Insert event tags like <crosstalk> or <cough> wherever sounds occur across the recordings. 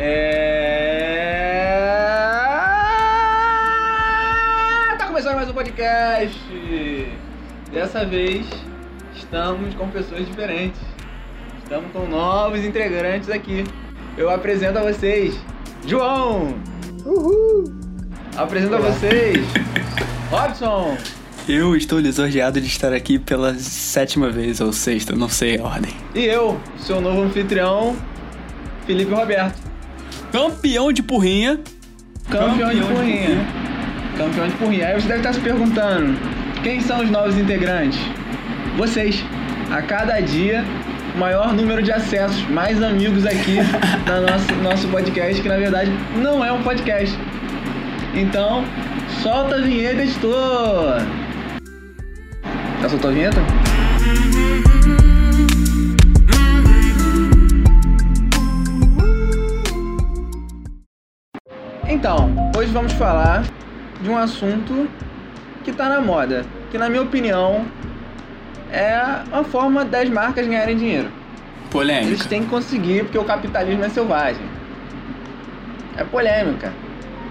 É. Tá um dessa vez estamos com pessoas diferentes. Estamos com novos integrantes aqui. Eu apresento a vocês João! Uhul! Apresento a vocês Robson! Eu estou lisonjeado de estar aqui pela sétima vez ou sexta, não sei a ordem. E eu, seu novo anfitrião, Felipe Roberto. Campeão de porrinha. Campeão, de Campeão de porrinha. porrinha. Campeão de porrinha. Aí você deve estar se perguntando: quem são os novos integrantes? Vocês. A cada dia, maior número de acessos, mais amigos aqui <laughs> no nosso, nosso podcast, que na verdade não é um podcast. Então, solta a vinheta, editor! Já soltou a vinheta? Então, hoje vamos falar de um assunto que tá na moda, que na minha opinião é uma forma das marcas ganharem dinheiro. Eles Polêmica. têm que conseguir porque o capitalismo é selvagem. É polêmica.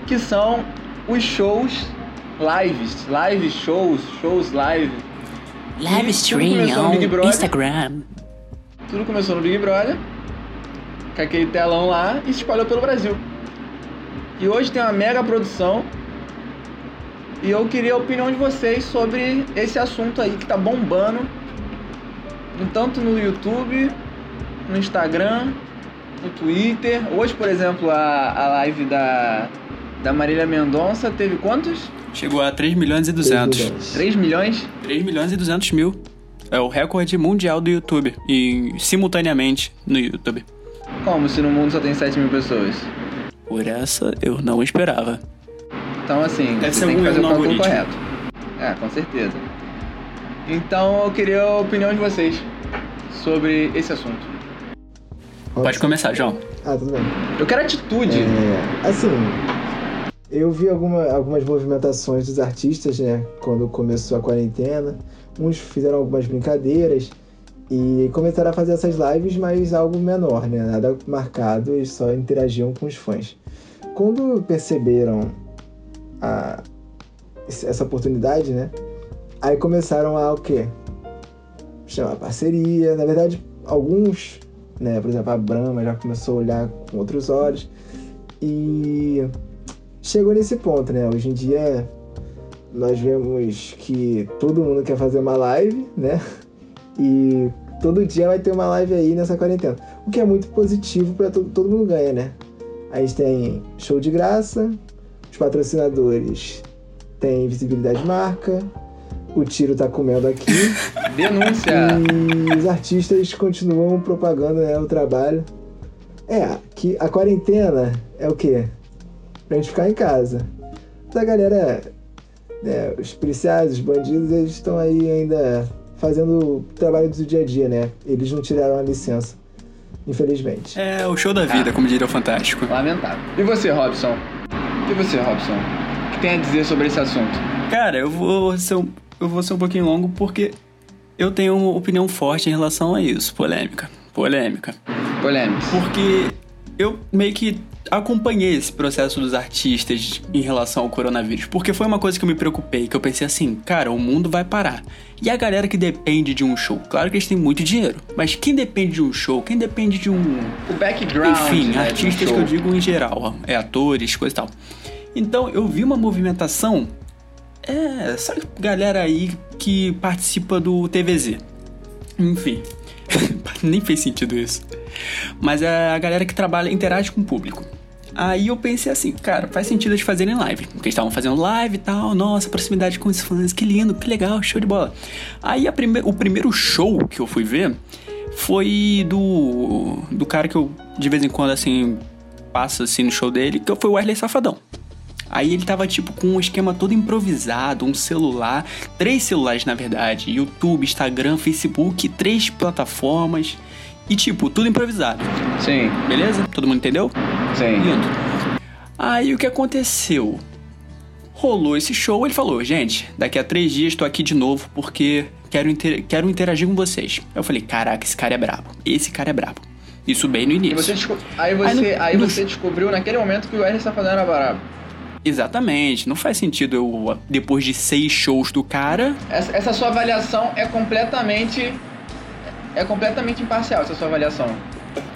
Que são os shows lives, live shows, shows live. Live stream Tudo começou no on Big Brother. Instagram. Tudo começou no Big Brother, com aquele telão lá e se espalhou pelo Brasil. E hoje tem uma mega produção. E eu queria a opinião de vocês sobre esse assunto aí que tá bombando. no- Tanto no YouTube, no Instagram, no Twitter. Hoje, por exemplo, a, a live da, da Marília Mendonça teve quantos? Chegou a 3 milhões e 200. 3 milhões? 3 milhões e 200 mil. É o recorde mundial do YouTube. E simultaneamente no YouTube. Como se no mundo só tem 7 mil pessoas? Por essa eu não esperava. Então, assim, Deve você ser tem que algum fazer o cálculo algoritmo. correto. É, com certeza. Então, eu queria a opinião de vocês sobre esse assunto. Pode começar, João. Ah, tudo bem. Eu quero atitude. É, assim, eu vi alguma- algumas movimentações dos artistas, né? Quando começou a quarentena. Uns fizeram algumas brincadeiras e começaram a fazer essas lives, mas algo menor, né? Nada marcado, eles só interagiam com os fãs. Quando perceberam a- esse- essa oportunidade, né? Aí começaram a o quê? Chamar parceria. Na verdade, alguns, né? Por exemplo, a Brahma já começou a olhar com outros olhos. E chegou nesse ponto, né? Hoje em dia nós vemos que todo mundo quer fazer uma live, né? <laughs> E todo dia vai ter uma live aí nessa quarentena. O que é muito positivo para todo, todo mundo ganha, né? A gente tem show de graça, os patrocinadores têm visibilidade de marca, o tiro tá comendo aqui. <laughs> Hum. Denúncia. E os artistas continuam propagando né, o trabalho. É, que a quarentena é o quê? Pra gente ficar em casa. Mas a galera, né, os policiais, os bandidos, eles estão aí ainda fazendo o trabalho do dia a dia, né? Eles não tiraram a licença, infelizmente. É o show da vida, como diria o Fantástico. Lamentável. E você, Robson? E você, Robson? O que tem a dizer sobre esse assunto? Cara, eu vou ser um, eu vou ser um pouquinho longo porque eu tenho uma opinião forte em relação a isso. Polêmica. Polêmica. Polêmica. Porque eu meio que acompanhei esse processo dos artistas em relação ao coronavírus. Porque foi uma coisa que eu me preocupei, que eu pensei assim, cara, o mundo vai parar. E a galera que depende de um show, claro que eles têm muito dinheiro, mas quem depende de um show, quem depende de um. O background. Enfim, né, de um artistas show. que eu digo em geral, ó, é atores, coisa e tal. Então eu vi uma movimentação. É, sabe galera aí que participa do TVZ? Enfim, <laughs> nem fez sentido isso. Mas é a galera que trabalha, interage com o público. Aí eu pensei assim, cara, faz sentido eles fazerem live. Porque eles estavam fazendo live e tal, nossa, proximidade com os fãs, que lindo, que legal, show de bola. Aí a prime- o primeiro show que eu fui ver foi do. do cara que eu de vez em quando assim passo assim no show dele, que foi o Wesley Safadão. Aí ele tava tipo com um esquema todo improvisado, um celular, três celulares na verdade, YouTube, Instagram, Facebook, três plataformas e tipo, tudo improvisado. Sim, Beleza? Todo mundo entendeu? sim. Lindo. Aí o que aconteceu? Rolou esse show, ele falou, gente, daqui a três dias tô aqui de novo porque quero, inter- quero interagir com vocês. Eu falei, caraca, esse cara é brabo. Esse cara é brabo. Isso bem no E início. você desco- Aí você, aí no- você descobriu naquele momento que o Wesley Safadão era brabo. Exatamente, não faz sentido eu, depois de seis shows do cara. Essa, essa sua avaliação é completamente. É completamente imparcial essa sua avaliação.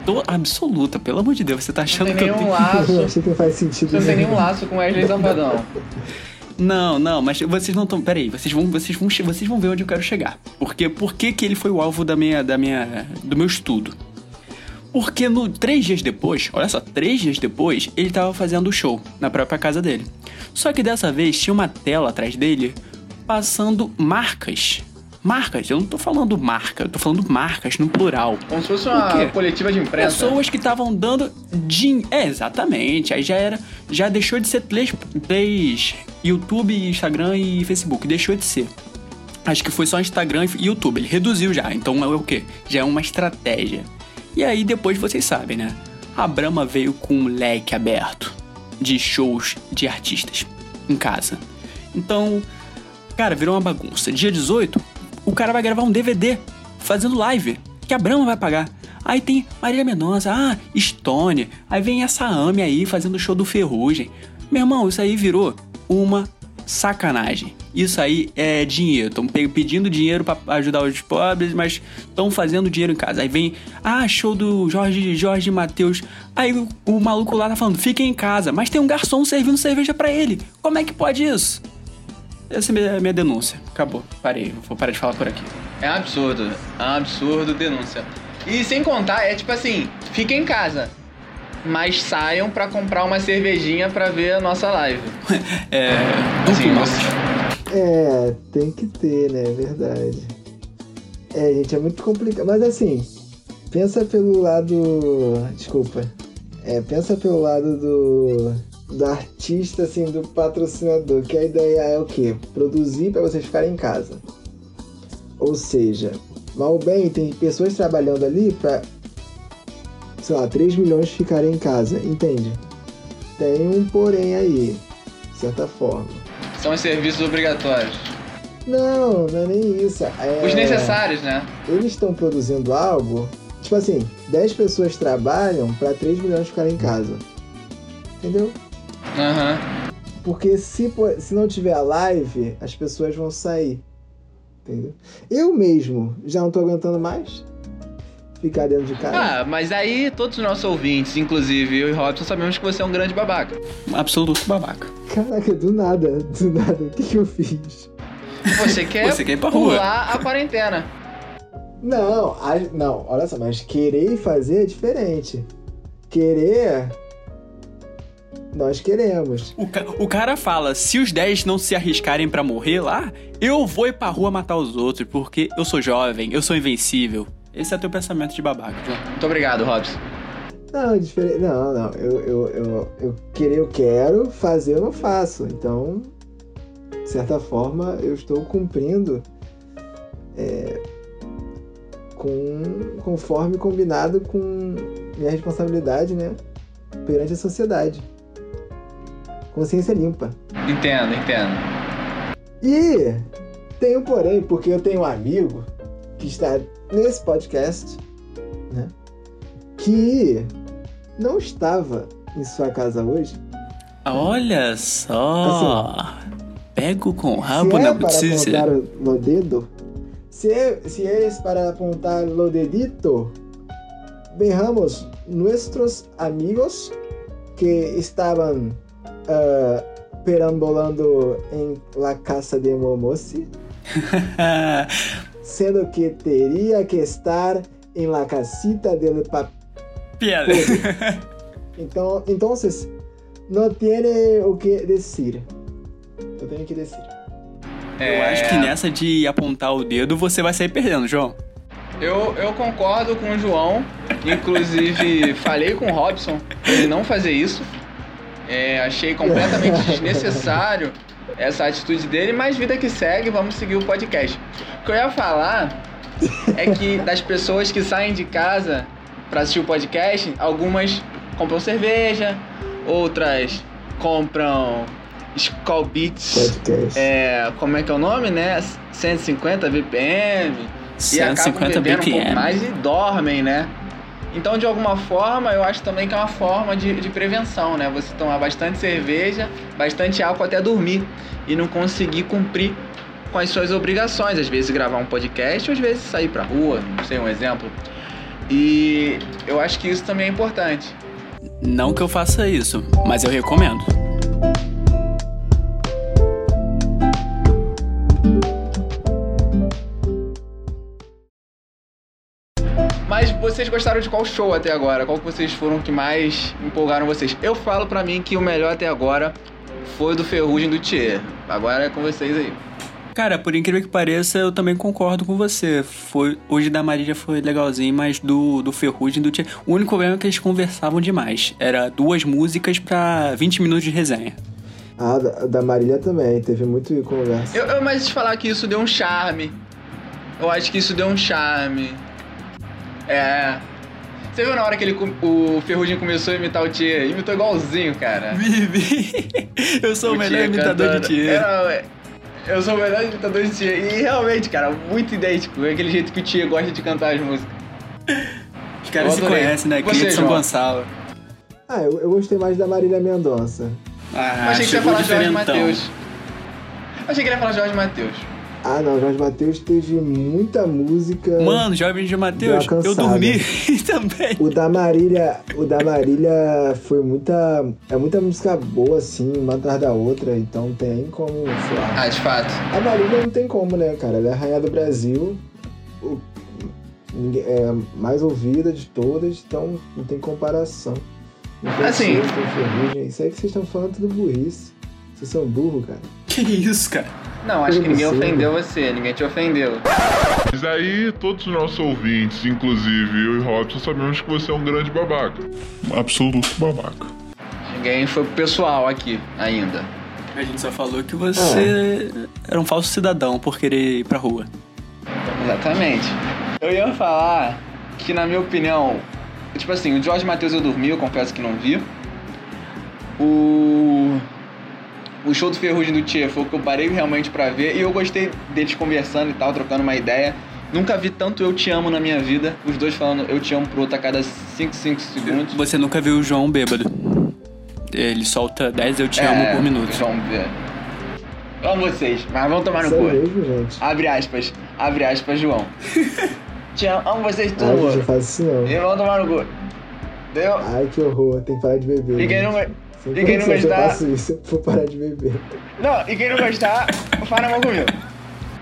Tô absoluta, pelo amor de Deus, você tá Não achando tem que eu nenhum tenho. Eu laço. <laughs> achei que não faz sentido. Você não tem nenhum. nenhum laço com Wesley Safadão. Não, não, mas vocês não estão. Peraí, vocês vão, vocês vão, che- vocês vão ver onde eu quero chegar. Porque por que, que ele foi o alvo da minha, da minha, do meu estudo? Porque no três dias depois, olha só, três dias depois, ele tava fazendo o show na própria casa dele. Só que dessa vez tinha uma tela atrás dele passando marcas. Marcas, eu não tô falando marca, eu tô falando marcas no plural. Como se fosse O quê? uma coletiva de imprensa. Pessoas que estavam dando din... É, exatamente. Aí já era. Já deixou de ser três, três YouTube, Instagram e Facebook. Deixou de ser. Acho que foi só Instagram e YouTube. Ele reduziu já. Então é o quê? Já é uma estratégia. E aí depois vocês sabem, né? A Brahma veio com um leque aberto de shows de artistas em casa. Então, cara, virou uma bagunça. Dia 18, o cara vai gravar um DVD fazendo live que a Brahma vai pagar. Aí tem Marília Mendonça, ah, Stone. Aí vem essa Amy aí fazendo o show do Ferrugem. Meu irmão, isso aí virou uma sacanagem. Isso aí é dinheiro. Estão pedindo dinheiro pra ajudar os pobres, mas estão fazendo dinheiro em casa. Aí vem, ah, show do Jorge Jorge Matheus. Aí o, o maluco lá tá falando, fiquem em casa, mas tem um garçom servindo cerveja pra ele. Como é que pode isso? Essa é a minha, minha denúncia. Acabou. Parei. Vou parar de falar por aqui. É um absurdo. É um absurdo denúncia. E sem contar, é tipo assim, fiquem em casa. Mas saiam pra comprar uma cervejinha pra ver a nossa live. É. Assim, duplo você- mal. É, tem que ter, né? É verdade. É, gente, é muito complicado. Mas assim, pensa pelo lado. Desculpa. É, pensa pelo lado do. Do artista, assim, do patrocinador. Que a ideia é o quê? Produzir pra vocês ficarem em casa. Ou seja, mal ou bem, tem pessoas trabalhando ali pra. Sei lá, 3 milhões ficarem em casa, entende? Tem um porém aí, de certa forma. São os serviços obrigatórios. Não, não é nem isso. É, Os necessários, né? Eles estão produzindo algo. Tipo assim, 10 pessoas trabalham pra 3 milhões ficarem em casa. Entendeu? Aham. Porque se, po- se não tiver a live, as pessoas vão sair. Entendeu? Eu mesmo já não tô aguentando mais ficar dentro de casa. Ah, mas aí todos os nossos ouvintes, inclusive eu e Robson, sabemos que você é um grande babaca. Absoluto babaca. Caraca, do nada, do nada, o que, que eu fiz? Você quer, Você quer ir pra rua. pular a quarentena. Não, a- não, olha só, mas querer e fazer é diferente. Querer, nós queremos. O, ca- o cara fala: se os 10 não se arriscarem pra morrer lá, eu vou ir pra rua matar os outros, porque eu sou jovem, eu sou invencível. Esse é teu pensamento de babaca, John. Muito obrigado, Robson. Não, é diferente. Não, não. Eu, eu, eu, eu querer, eu quero, fazer, eu não faço. Então, de certa forma, eu estou cumprindo é, com, conforme combinado com minha responsabilidade, né? Perante a sociedade. Consciência limpa. Entendo, entendo. E tem um porém, porque eu tenho um amigo que está nesse podcast, né? Que não estava em sua casa hoje. Ah, Olha só. Pego com o rabo Assim, se é na Ah, para notícia. <laughs> apontar o dedo, se é, se é para apontar o dedito, berramos nossos amigos que estavam ah, perambulando em La Casa de Momosi. Ah, sendo que teria que estar em la casita del papel. Piada. Então, entonces, não tiene o que dizer. Eu tenho que dizer. Eu é. acho que nessa de apontar o dedo você vai sair perdendo, João. Eu, eu concordo com o João. Inclusive, falei com o Robson pra ele não fazer isso. É, achei completamente desnecessário essa atitude dele, mas vida que segue, vamos seguir o podcast. O que eu ia falar é que das pessoas que saem de casa pra assistir o podcast, algumas compram cerveja, outras compram Skull Beats. Podcast. É, como é que é o nome, né? 150 BPM e acabam bebendo 150 um pouco BPM. mais e dormem, né? Então, de alguma forma, eu acho também que é uma forma de, de prevenção, né? Você tomar bastante cerveja, bastante álcool até dormir e não conseguir cumprir com as suas obrigações, às vezes gravar um podcast, ou às vezes sair pra rua, não sei, um exemplo. E eu acho que isso também é importante. Não que eu faça isso, mas eu recomendo. Mas vocês gostaram de qual show até agora? Qual que vocês foram que mais empolgaram vocês? Eu falo pra mim que o melhor até agora foi o do Ferrugem do Thier. Agora é com vocês aí. Cara, por incrível que pareça, eu também concordo com você. Foi, hoje da Marília foi legalzinho, mas do, do Ferrugem, do Tia. O único problema é que eles conversavam demais. Era duas músicas pra 20 minutos de resenha. Ah, da, da Marília também, teve muito conversa. Eu, eu mais te falar que isso deu um charme. Eu acho que isso deu um charme. É. Você viu na hora que ele, com- o Ferrugem começou a imitar o Thier? Imitou igualzinho, cara. <laughs> Vivi, eu sou o, melhor Thier imitador cantando. de Tia. É, eu sou o melhor imitador de Thier. E realmente, cara, muito idêntico. É aquele jeito que o Thier gosta de cantar as músicas. Os caras eu se adorei. conhecem, né? E Cria você, de São João? Gonçalo. Ah, eu, eu gostei mais da Marília Mendonça. Ah, Achei que você ia chegou falar Jorge diferentão. Matheus. Achei que ele ia falar Jorge Matheus. Ah, não, Jorge Matheus teve muita música. Mano, jovem de Matheus, Deu uma eu cansada. dormi <laughs> também. O da Marília, o da Marília foi muita, é muita música boa assim, uma atrás da outra, então tem como, sei lá. Ah, de fato. A Marília não tem como, né, cara? Ela é a rainha do Brasil, o- ninguém- é a mais ouvida de todas, então não tem comparação. Não tem Assim. Tiro, não tem ferrugem. Isso aí que vocês estão falando é tudo burrice. Vocês são burro, cara. Que isso, cara? Não, acho que ninguém Sim. ofendeu você, ninguém te ofendeu. Mas aí, todos os nossos ouvintes, inclusive eu e Robson, sabemos que você é um grande babaca. Um absoluto babaca. Ninguém foi pro pessoal aqui ainda. A gente só falou que você É. era um falso cidadão por querer ir pra rua. Exatamente. Eu ia falar que, na minha opinião, tipo assim, o Jorge Matheus eu dormi, eu confesso que não vi. O. O show do Ferrugem do Tchê foi o que eu parei realmente pra ver e eu gostei deles conversando e tal, trocando uma ideia. Nunca vi tanto Eu Te Amo na minha vida, os dois falando Eu Te Amo pro outro a cada 5, 5 segundos. Você nunca viu o João bêbado. Ele solta 10 eu te É, amo por minuto. Vamos ver. é. Amo vocês, mas vão tomar no Sério cu. mesmo, gente. Abre aspas, abre aspas, João. Te amo, amo vocês Ai, gente, não Ah, tudo. faz isso não. E vão tomar no cu. Entendeu? Ai, que horror, tem que parar de beber. E quem não, gente. Sempre e quem não sempre gostar- Eu faço isso, eu vou parar de beber. não, e quem não gostar, faz na mão comigo.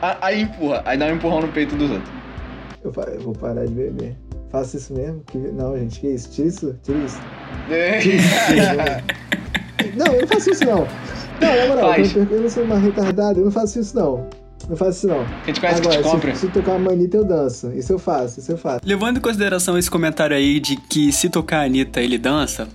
A- Aí empurra, aí dá um empurrão no peito dos <laughs> outros. Eu, pa- eu vou parar de beber. Faço isso mesmo? Que- Não, gente, que isso? Tira isso, tira isso. <laughs> Não, eu não faço isso não. Não, na moral, Faz. eu, eu não sou uma retardada, eu não faço isso não. Não faço isso não. Quem te conhece que te compra. se, se tocar uma manita, eu danço. Isso eu faço, isso eu faço. Levando em consideração esse comentário aí de que se tocar a Anitta, ele dança.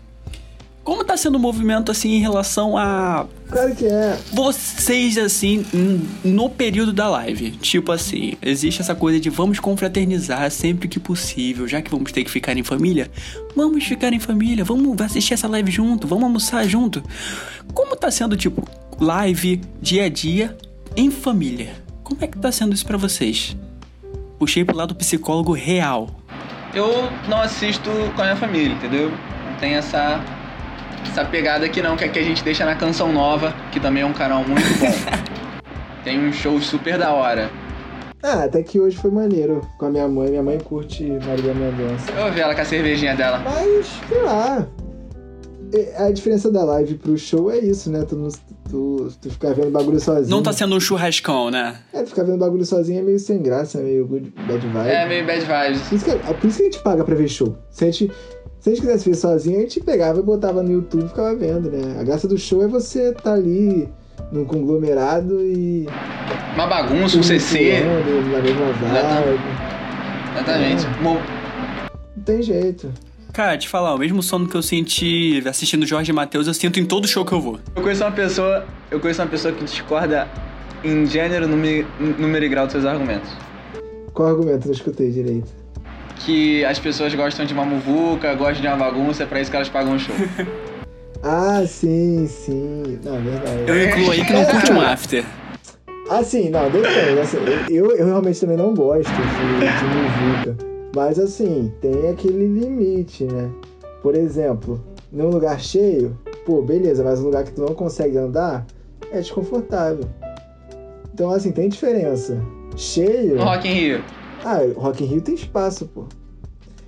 Como tá sendo o movimento assim em relação a Claro que é. vocês assim n- no período da live? Tipo assim, existe essa coisa de vamos confraternizar sempre que possível, já que vamos ter que ficar em família, vamos ficar em família, vamos assistir essa live junto, vamos almoçar junto. Como tá sendo tipo live dia a dia em família? Como é que tá sendo isso pra vocês? Puxei pro lado psicólogo real. Eu não assisto com a minha família, entendeu? Não tem essa. Essa pegada aqui não, que aqui a gente deixa na Canção Nova, que também é um canal muito bom. <laughs> tem um show super da hora. Ah, até que hoje foi maneiro com a minha mãe. Minha mãe curte Maria Mendonça. Eu vi ela com a cervejinha dela. Mas, sei lá. É, A diferença da live pro show é isso, né? Tu, não- tu, tu ficar vendo bagulho sozinho. Não tá sendo um churrascão, né? É, ficar vendo bagulho sozinho é meio sem graça, é meio good, bad vibe. É meio bad vibes. Por isso, que, é por isso que a gente paga pra ver show. Se a gente, se a gente quisesse ver sozinho, a gente pegava e botava no YouTube e ficava vendo, né? A graça do show é você tá ali num conglomerado e. Uma bagunça, um CC. flutuando Na mesma vibe. Exatamente. Mo- Não tem jeito. Cara, te falar, o mesmo sono que eu senti assistindo Jorge Matheus, eu sinto em todo show que eu vou. Eu conheço uma pessoa. Eu conheço uma pessoa que discorda em gênero, número, número e grau dos seus argumentos. Qual argumento? Não escutei direito. Que as pessoas gostam de uma muvuca, gostam de uma bagunça, é pra isso que elas pagam o show. Ah, sim, sim. Não, é verdade. Eu incluo aí que não curte um after. Assim, não, depende. Assim, eu, eu realmente também não gosto de, de muvuca. Mas assim, tem aquele limite, né? Por exemplo, num lugar cheio, pô, beleza, mas um lugar que tu não consegue andar é desconfortável. Então, assim, tem diferença. Cheio. No Rock in Rio. Ah, Rock in Rio tem espaço, pô.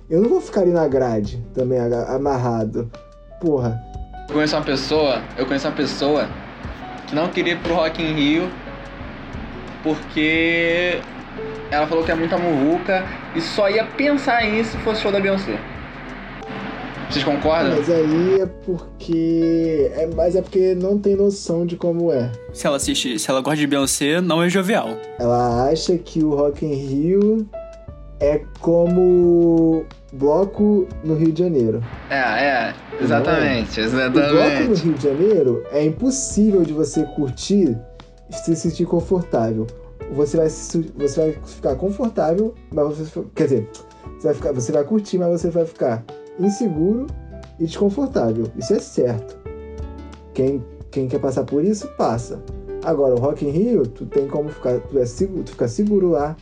Eu não vou ficar ali na grade também aga- amarrado. Porra. Eu conheço uma pessoa, eu conheço uma pessoa que não queria ir pro Rock in Rio porque ela falou que é muita muvuca e só ia pensar em isso se fosse show da Beyoncé. Vocês concordam? Mas aí é porque. É, mas é porque não tem noção de como é. Se ela assiste, se ela gosta de Beyoncé, não é jovial. Ela acha que o Rock in Rio é como bloco no Rio de Janeiro. É, é, exatamente, O bloco no exatamente. Rio de Janeiro é impossível de você curtir e se sentir confortável. Você vai, se su- você vai ficar confortável, mas você. Quer dizer, você vai, ficar, você vai curtir, mas você vai ficar inseguro e desconfortável. Isso é certo. Quem, quem quer passar por isso, passa. Agora, o Rock in Rio, tu tem como ficar. Tu, é seguro, tu fica seguro lá,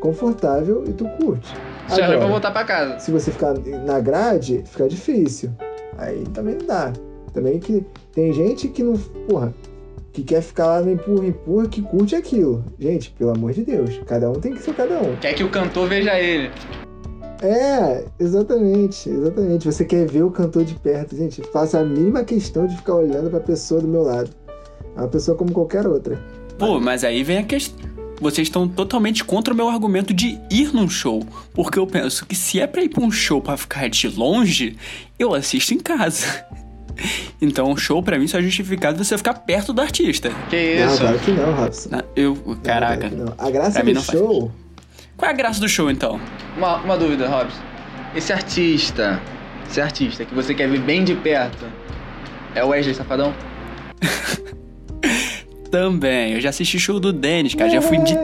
confortável e tu curte. Você já vai Agora- voltar pra casa. se você ficar na grade, fica difícil. Aí também não dá. Também que tem gente que não, porra, que quer ficar lá no empurra, empurra, que curte aquilo. Gente, pelo amor de Deus, cada um tem que ser cada um. Quer que o cantor veja ele. É, exatamente, exatamente. Você quer ver o cantor de perto, gente, faça a mínima questão de ficar olhando pra pessoa do meu lado. É uma pessoa como qualquer outra. Pô, mas aí vem a questão. Vocês estão totalmente contra o meu argumento de ir num show. Porque eu penso que se é pra ir pra um show pra ficar de longe, eu assisto em casa. <laughs> Então, um show pra mim só é justificado você ficar perto do artista. Que isso? Não, claro que não, Robson. Na- Eu, Claro caraca. que não. A graça Pra mim do não faz. show Qual é a graça do show então? Uma, uma dúvida, Robson. Esse artista, esse artista que você quer ver bem de perto, é o Wesley Safadão? Também, eu já assisti show do Denis, cara, já fui de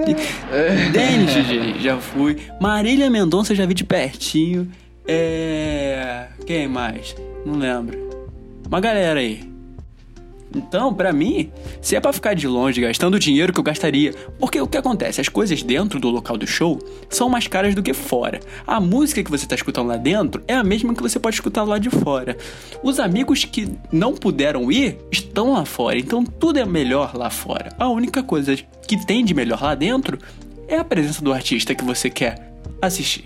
Denis, gente, já fui. Marília Mendonça eu já vi de pertinho. É. Quem mais? Não lembro. Uma galera aí. Então, pra mim, se é pra ficar de longe gastando o dinheiro que eu gastaria, porque o que acontece? As coisas dentro do local do show são mais caras do que fora. A música que você tá escutando lá dentro é a mesma que você pode escutar lá de fora. Os amigos que não puderam ir estão lá fora, então tudo é melhor lá fora. A única coisa que tem de melhor lá dentro é a presença do artista que você quer assistir.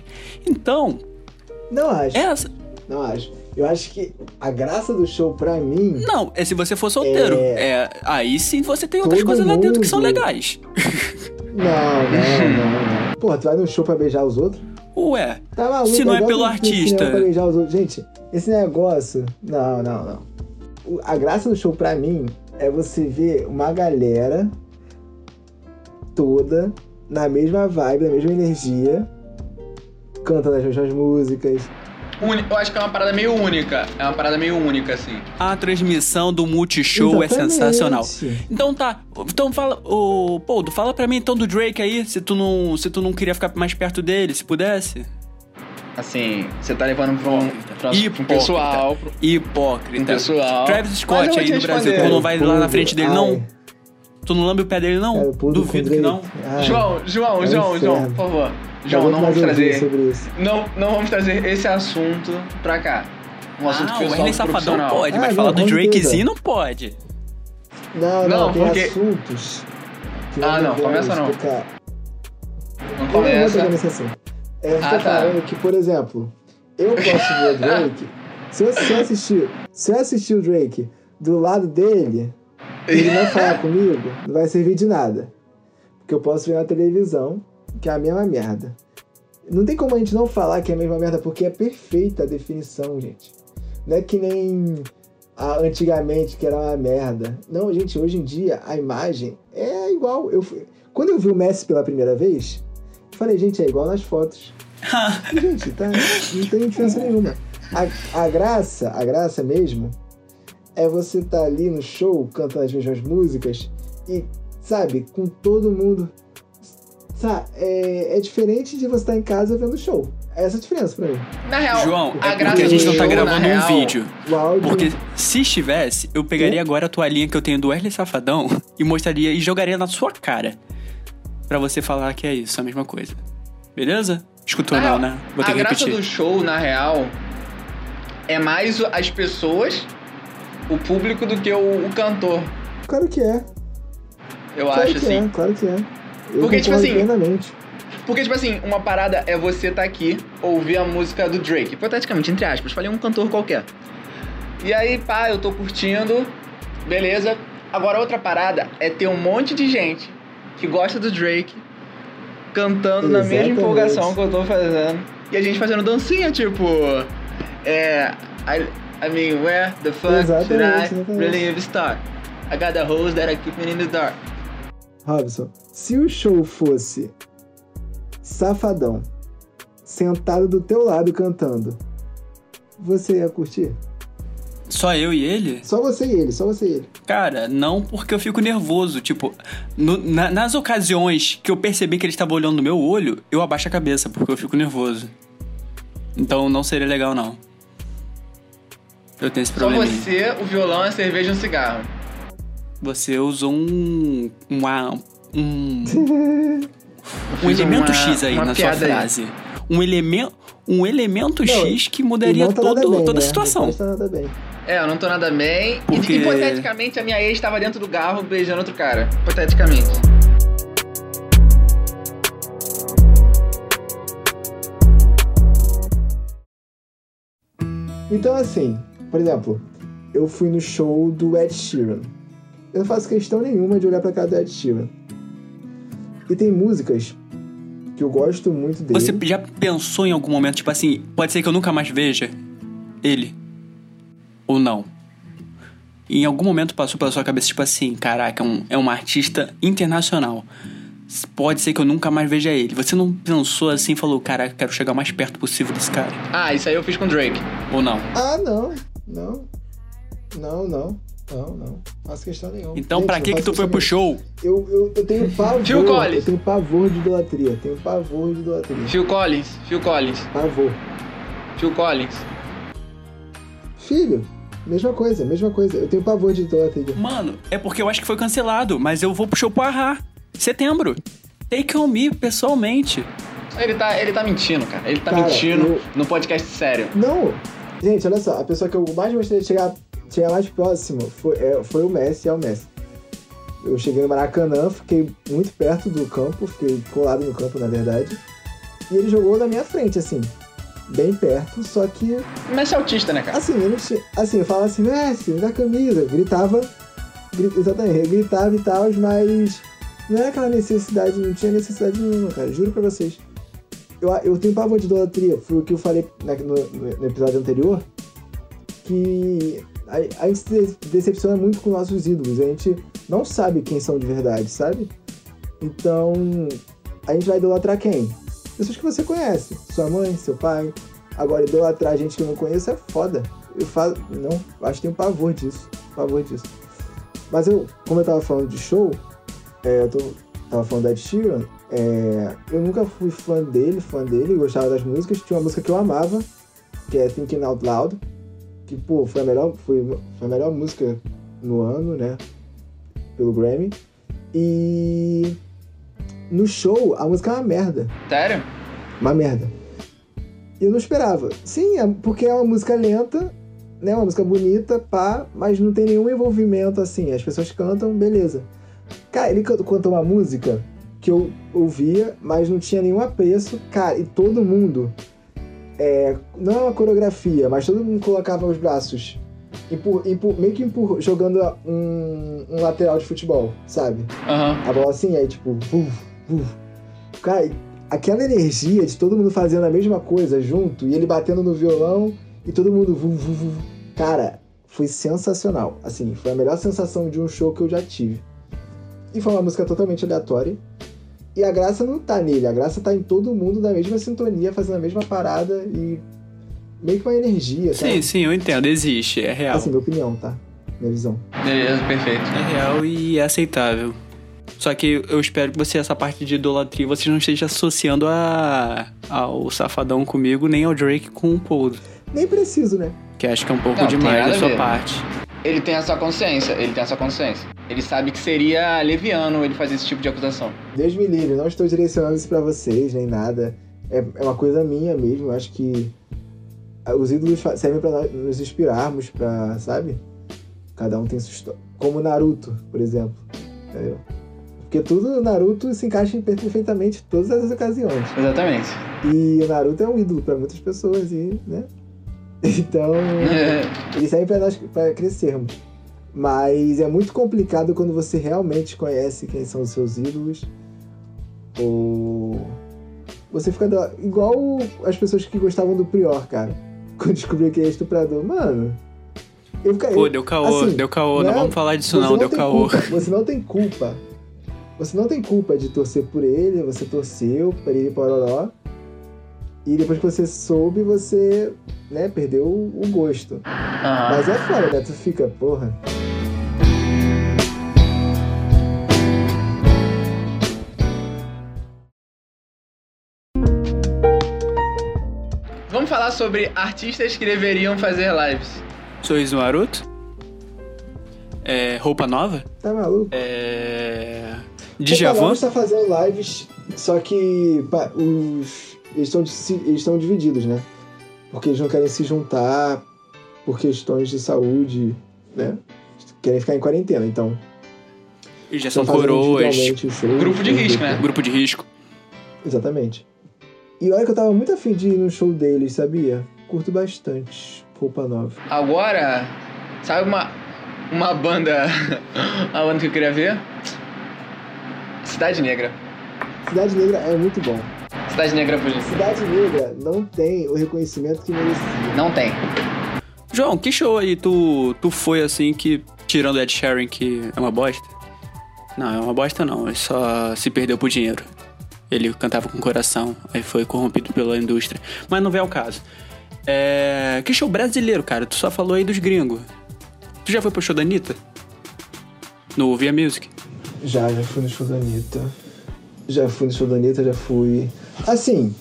Então, é não acho. essa. Não acho. Eu acho que a graça do show pra mim Não, é se você for solteiro. É, aí sim você tem outras Todo coisas lá dentro que são mundo. legais. Não, não, não, não. Porra, tu vai num show pra beijar os outros? Ué, Tá maluco? Se não é Eu gosto pelo de ir pro cinema artista. Pra beijar os outros. Gente, esse negócio. Não, não, não. O- A graça do show pra mim é você ver uma galera toda na mesma vibe, na mesma energia, cantando as mesmas músicas. Uni- Eu acho que é uma parada meio única. É uma parada meio única, assim. a transmissão do Multishow é Exatamente. sensacional. Então tá, então fala, ô Poldo, fala pra mim então do Drake aí, se tu não, se tu não queria ficar mais perto dele, se pudesse. Assim, você tá levando pra um, pra um- pra Hipócrita. um pessoal. Pro... Hipócrita. Um pessoal. Mas Travis eu Scott vou aí te no Brasil, É, responder. tu não vai lá na frente dele Ai, não? Tu não lambe o pé dele cara, não? é, o público Duvido com que Drake. não. Ai, João, João, é um João, João, inferno. por favor. Ah, eu João, não vou vamos mais ouvir trazer. sobre isso. Não, não vamos trazer esse assunto pra cá. Um assunto Ah, o pessoal Wesley do Safadão profissional. pode, Ah, mas não, falar do com certeza. Drakezinho não pode. Não, não, Não, tem porque- assuntos. que Ah, não, devemos começa não. tocar. Não Eu não vou um começa. pegar nesse assunto. É, eu Ah, tô tá. falando que, por exemplo, eu posso ver <laughs> o Drake. se, eu, se, eu assistir, se eu assistir o Drake do lado dele, ele <laughs> não falar comigo, não vai servir de nada. Porque eu posso ver na televisão, que é a mesma merda. Não tem como a gente não falar que é a mesma merda, porque é perfeita a definição, gente. Não é que nem a- antigamente, que era uma merda. Não, gente, hoje em dia a imagem é igual. Eu, fui- quando eu vi o Messi pela primeira vez, eu falei, gente, é igual nas fotos. gente, tá, não tem diferença nenhuma. A, a graça, a graça mesmo, é você tá ali no show cantando as mesmas músicas e, sabe, com todo mundo. Sabe, é, é diferente de você estar em casa vendo show. Essa é a diferença pra mim. Na real, João, a é graça porque a gente do não tá show, na gravando um real, vídeo. O áudio. Porque se estivesse, eu pegaria agora a toalhinha que eu tenho do Wesley Safadão <laughs> e mostraria e jogaria na sua cara. Pra você falar que é isso, a mesma coisa. Beleza? Escutou Na não, real, né? Vou ter Ah, a que graça repetir. do show, na real, é mais o- as pessoas, o público, do que o, o cantor, Claro que é. eu Claro acho, que assim. é, claro que é. Eu Porque, tipo concordo assim, plenamente. Porque, tipo assim, uma parada é você tá aqui, ouvir a música do Drake, hipoteticamente, entre aspas, falei um cantor qualquer. E aí, pá, eu tô curtindo, beleza. Agora, outra parada é ter um monte de gente que gosta do Drake cantando na mesma Exatamente. empolgação que eu tô fazendo. E a gente fazendo dancinha, tipo. É. I, I mean, where the fuck should I Exatamente, exatamente. really start? I got the hose that I keep me in the dark. Robson, se o show fosse Safadão, sentado do teu lado cantando, você ia curtir? Só eu e ele? Só você e ele, só você e ele. Cara, não porque eu fico nervoso. Tipo, no- na- nas ocasiões que eu percebi que ele estava olhando no meu olho, eu abaixo a cabeça porque eu fico nervoso. Então não seria legal, não. Eu tenho esse Só problema. você, o violão, a cerveja e um cigarro. Você usou um. Uma, um. um elemento uma- X aí uma na sua piada aí. frase. Um elemento. Um elemento X que <laughs> E mudaria não tá nada todo- bem, toda né? a situação. Não tá nada bem. É, eu não tô nada bem. Porque- E hipoteticamente a minha ex tava dentro do carro beijando outro cara. Hipoteticamente. Então, assim, por exemplo, eu fui no show do Ed Sheeran. Eu não faço questão nenhuma de olhar pra cara do Ed Sheeran. E tem músicas que eu gosto muito dele. Você já pensou em algum momento, tipo assim, pode ser que eu nunca mais veja ele? Ou não? Em algum momento passou pela sua cabeça, tipo assim, caraca, é um, é um artista internacional. S- Pode ser que eu nunca mais veja ele. Você não pensou assim e falou, caraca, quero chegar o mais perto possível desse cara? Ah, isso aí eu fiz com o Drake. Ou não? Ah, não. Não. Não, não. Não, não. Faço questão nenhuma. Então, Gente, pra não que que faço tu foi questão pro nenhuma. show? Eu, eu, eu tenho pavor. Phil Collins. Eu tenho pavor de idolatria. Tenho pavor de idolatria. Phil Collins, Phil Collins, Pavor. Phil Collins. Filho, mesma coisa, mesma coisa. Eu tenho pavor de idolatria. Mano, é porque eu acho que foi cancelado, mas eu vou pro show pro Arra, setembro. Take on me, pessoalmente. Ele tá, ele tá mentindo, cara. Ele tá Cara, mentindo eu- no podcast sério. Não! Gente, olha só, a pessoa que eu mais gostaria de chegar, chegar mais próximo foi, é, foi o Messi, é o Messi. Eu cheguei no Maracanã, fiquei muito perto do campo, fiquei colado no campo, na verdade. E ele jogou na minha frente, assim, bem perto, só que, Mas é autista, né, cara? assim, eu não tinha, assim, eu falava assim, Messi, me dá a camisa, eu gritava, gri- exatamente, eu gritava e tal, mas não era aquela necessidade, não tinha necessidade nenhuma, cara, juro pra vocês. Eu, eu tenho pavor de idolatria, foi o que eu falei na- no, no- no episódio anterior, que a, a gente se de- decepciona muito com nossos ídolos, a gente não sabe quem são de verdade, sabe? Então, a gente vai idolatrar quem? Pessoas que você conhece, sua mãe, seu pai. Agora, idolatrar gente que eu não conheço é foda. Eu falo, não, acho que tenho pavor disso, pavor disso. Mas eu, como eu tava falando de show, é, eu tô, tava falando da Ed Sheeran, é, eu nunca fui fã dele, fã dele, gostava das músicas. Tinha uma música que eu amava, que é Thinking Out Loud, que, pô, foi a melhor, foi, foi a melhor música no ano, né? Pelo Grammy. E no show, a música é uma merda. Sério? Uma merda. E eu não esperava. Sim, é porque é uma música lenta, né? Uma música bonita, pá, mas não tem nenhum envolvimento assim. As pessoas cantam, beleza. Cara, ele can- cantou uma música que eu ouvia, mas não tinha nenhum apreço, cara, e todo mundo. é, não é uma coreografia, mas todo mundo colocava os braços. empur- empur- meio que empur, jogando um- um lateral de futebol, sabe? Aham. A bola assim, aí tipo, uf, uf. Cara, aquela energia de todo mundo fazendo a mesma coisa junto e ele batendo no violão e todo mundo. vu, vu, vu. Cara, foi sensacional. Assim, foi a melhor sensação de um show que eu já tive. E foi uma música totalmente aleatória. E a graça não tá nele, a graça tá em todo mundo na mesma sintonia, fazendo a mesma parada e meio que uma energia, Sim, sabe? sim, eu entendo, existe, é real. Assim, minha opinião, tá? Minha visão. Beleza, perfeito. É real e é aceitável. Só que eu espero que você, essa parte de idolatria, você não esteja associando a, ao Safadão comigo, nem ao Drake com o Cold. Nem preciso, né? Que acho que é um pouco Não, tem demais nada da a sua ver. parte. Ele tem essa consciência, ele tem essa consciência. Ele sabe que seria leviano ele fazer esse tipo de acusação. Deus me livre, não estou direcionando isso pra vocês, nem nada. é, é uma coisa minha mesmo. Eu acho que ah, os ídolos fa- servem pra nós- nos inspirarmos, pra, sabe? Cada um tem sua história. Como Naruto, por exemplo. Entendeu? Porque tudo Naruto se encaixa em perfeitamente em todas as ocasiões. Exatamente. E o Naruto é um ídolo pra muitas pessoas, e, né? <laughs> Então, É, ele serve pra nós pra crescermos. Mas é muito complicado quando você realmente conhece quem são os seus ídolos. Ou. Você fica. da- Igual as pessoas que gostavam do Prior, cara. <laughs> Quando descobriu que ele é estuprador. Mano. Eu ficaria. Pô, é um deu caô, Assim, deu caô, né? não vamos falar disso Você não, deu tem caô. culpa, Você não tem culpa. Você não tem culpa de torcer por ele, você torceu, ele pororó. E depois que você soube, você, né, perdeu o gosto. <laughs> aham. Mas é foda, né? Tu fica, porra. Vamos falar sobre artistas que deveriam fazer lives. Sorriso Naruto. É, roupa nova. Tá maluco? É. O Djavan. está tá fazendo lives, só que pa- os, eles, estão, se- eles estão divididos, né? Porque eles não querem se juntar por questões de saúde, né? Querem ficar em quarentena, então. E já estão são fazendo coroas. individualmente os shows, Grupo de tudo. risco, né? Grupo de risco. Exatamente. E olha que eu tava muito afim de ir no show deles, sabia? Curto bastante roupa nova. Agora, sabe uma, uma banda. <laughs> a banda que eu queria ver? Cidade Negra. Cidade Negra é muito bom. Cidade Negra Fugir. Cidade Negra não tem o reconhecimento que merecia. Não tem. João, que show aí tu, tu foi assim que. Tirando Ed Sheeran, que é uma bosta? Não, é uma bosta não, ele só se perdeu por dinheiro. Ele cantava com coração, aí foi corrompido pela indústria. Mas não vem ao caso. É. Que show brasileiro, cara? Tu só falou aí dos gringos. Tu já foi pro show da Anitta? No Via Music? Já, já fui no show da Anitta. Já fui no show da Anitta, já fui. Assim.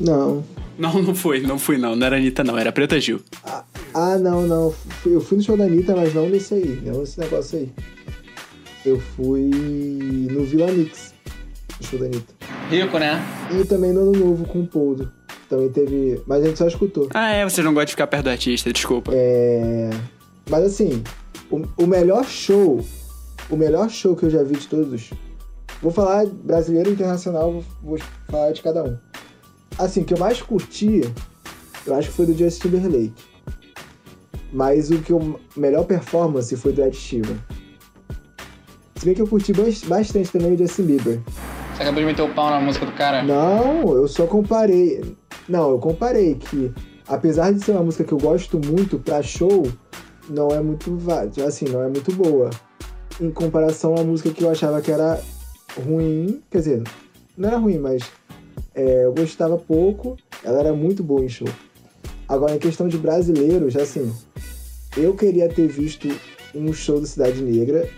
Não. Não, não foi, não fui não. Não era Anitta não, era Preta Gil. Ah, ah, não, não. Fui- Eu fui no show da Anitta, mas não nesse aí. Não nesse negócio aí. Eu fui no Vila Mix. No show da Anitta. Rico, né? E também no Ano Novo com o Poldo. Também teve. Mas a gente só escutou. Ah, é, vocês não gostam de ficar perto do artista, desculpa. É... Mas assim, o, o melhor show, o melhor show que eu já vi de todos, vou falar brasileiro e internacional, vou, vou falar de cada um. Assim, o que eu mais curti, eu acho que foi do Justin Timberlake. Mas o que eu, melhor performance foi do Ed Sheeran. Se bem que eu curti bas- bastante também o Justin Bieber. Você acabou de meter o pau na música do cara. Não, eu só comparei. Não, eu comparei que, apesar de ser uma música que eu gosto muito pra show, não é muito va- assim, não é muito boa. Em comparação à música que eu achava que era ruim, quer dizer, não era ruim, mas é, eu gostava pouco, ela era muito boa em show. Agora, em questão de brasileiros, assim, eu queria ter visto um show do Cidade Negra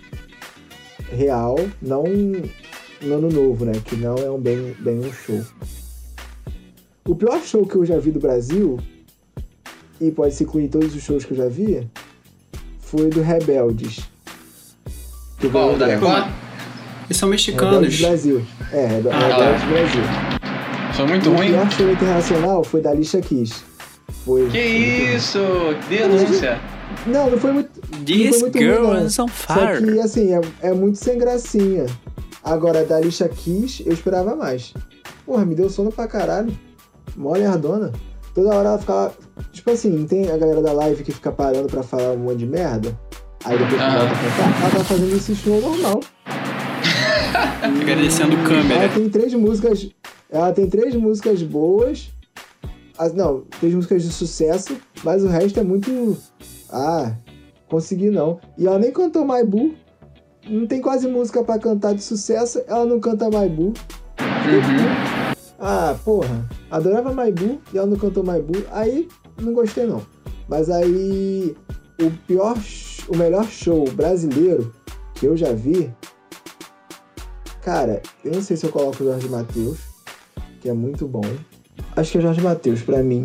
real, não no Ano Novo, né? Que não é um bem, bem um show. O pior show que eu já vi do Brasil, e pode se incluir em todos os shows que eu já vi, foi do Rebeldes. Que Qual? ganhou O da o Grammy. Record? Eles É são mexicanos. Rebeldes Brasil. É, Rebe- Ah, Rebeldes tá. Brasil. Sou muito o ruim. pior show internacional foi da Alicia Keys. Foi. Que isso? Denúncia. Não, não foi muito. This não foi muito girl ruim, não. is on Só fire. que, assim, é, é muito sem gracinha. Agora, da Alicia Keys, eu esperava mais. Porra, me deu sono pra caralho. Mole ardona. Toda hora ela ficava. Tipo assim, não tem a galera da live que fica parando pra falar um monte de merda? Aí depois que Aham. volta a cantar, ela tá fazendo esse show normal. Agradecendo câmera. Ela tem três músicas. Ela tem três músicas boas. as- não, três músicas de sucesso, mas o resto é muito. Ah, consegui não. E ela nem cantou My Boo. Não tem quase música pra cantar de sucesso, ela não canta My Boo. Uhum. Ah, porra. Adorava My Boo e ela não cantou My Boo. Aí não gostei não. Mas aí o pior, sh- o melhor show brasileiro que eu já vi, cara, eu não sei se eu coloco o Jorge Matheus, que é muito bom. Acho que é Jorge Matheus pra mim.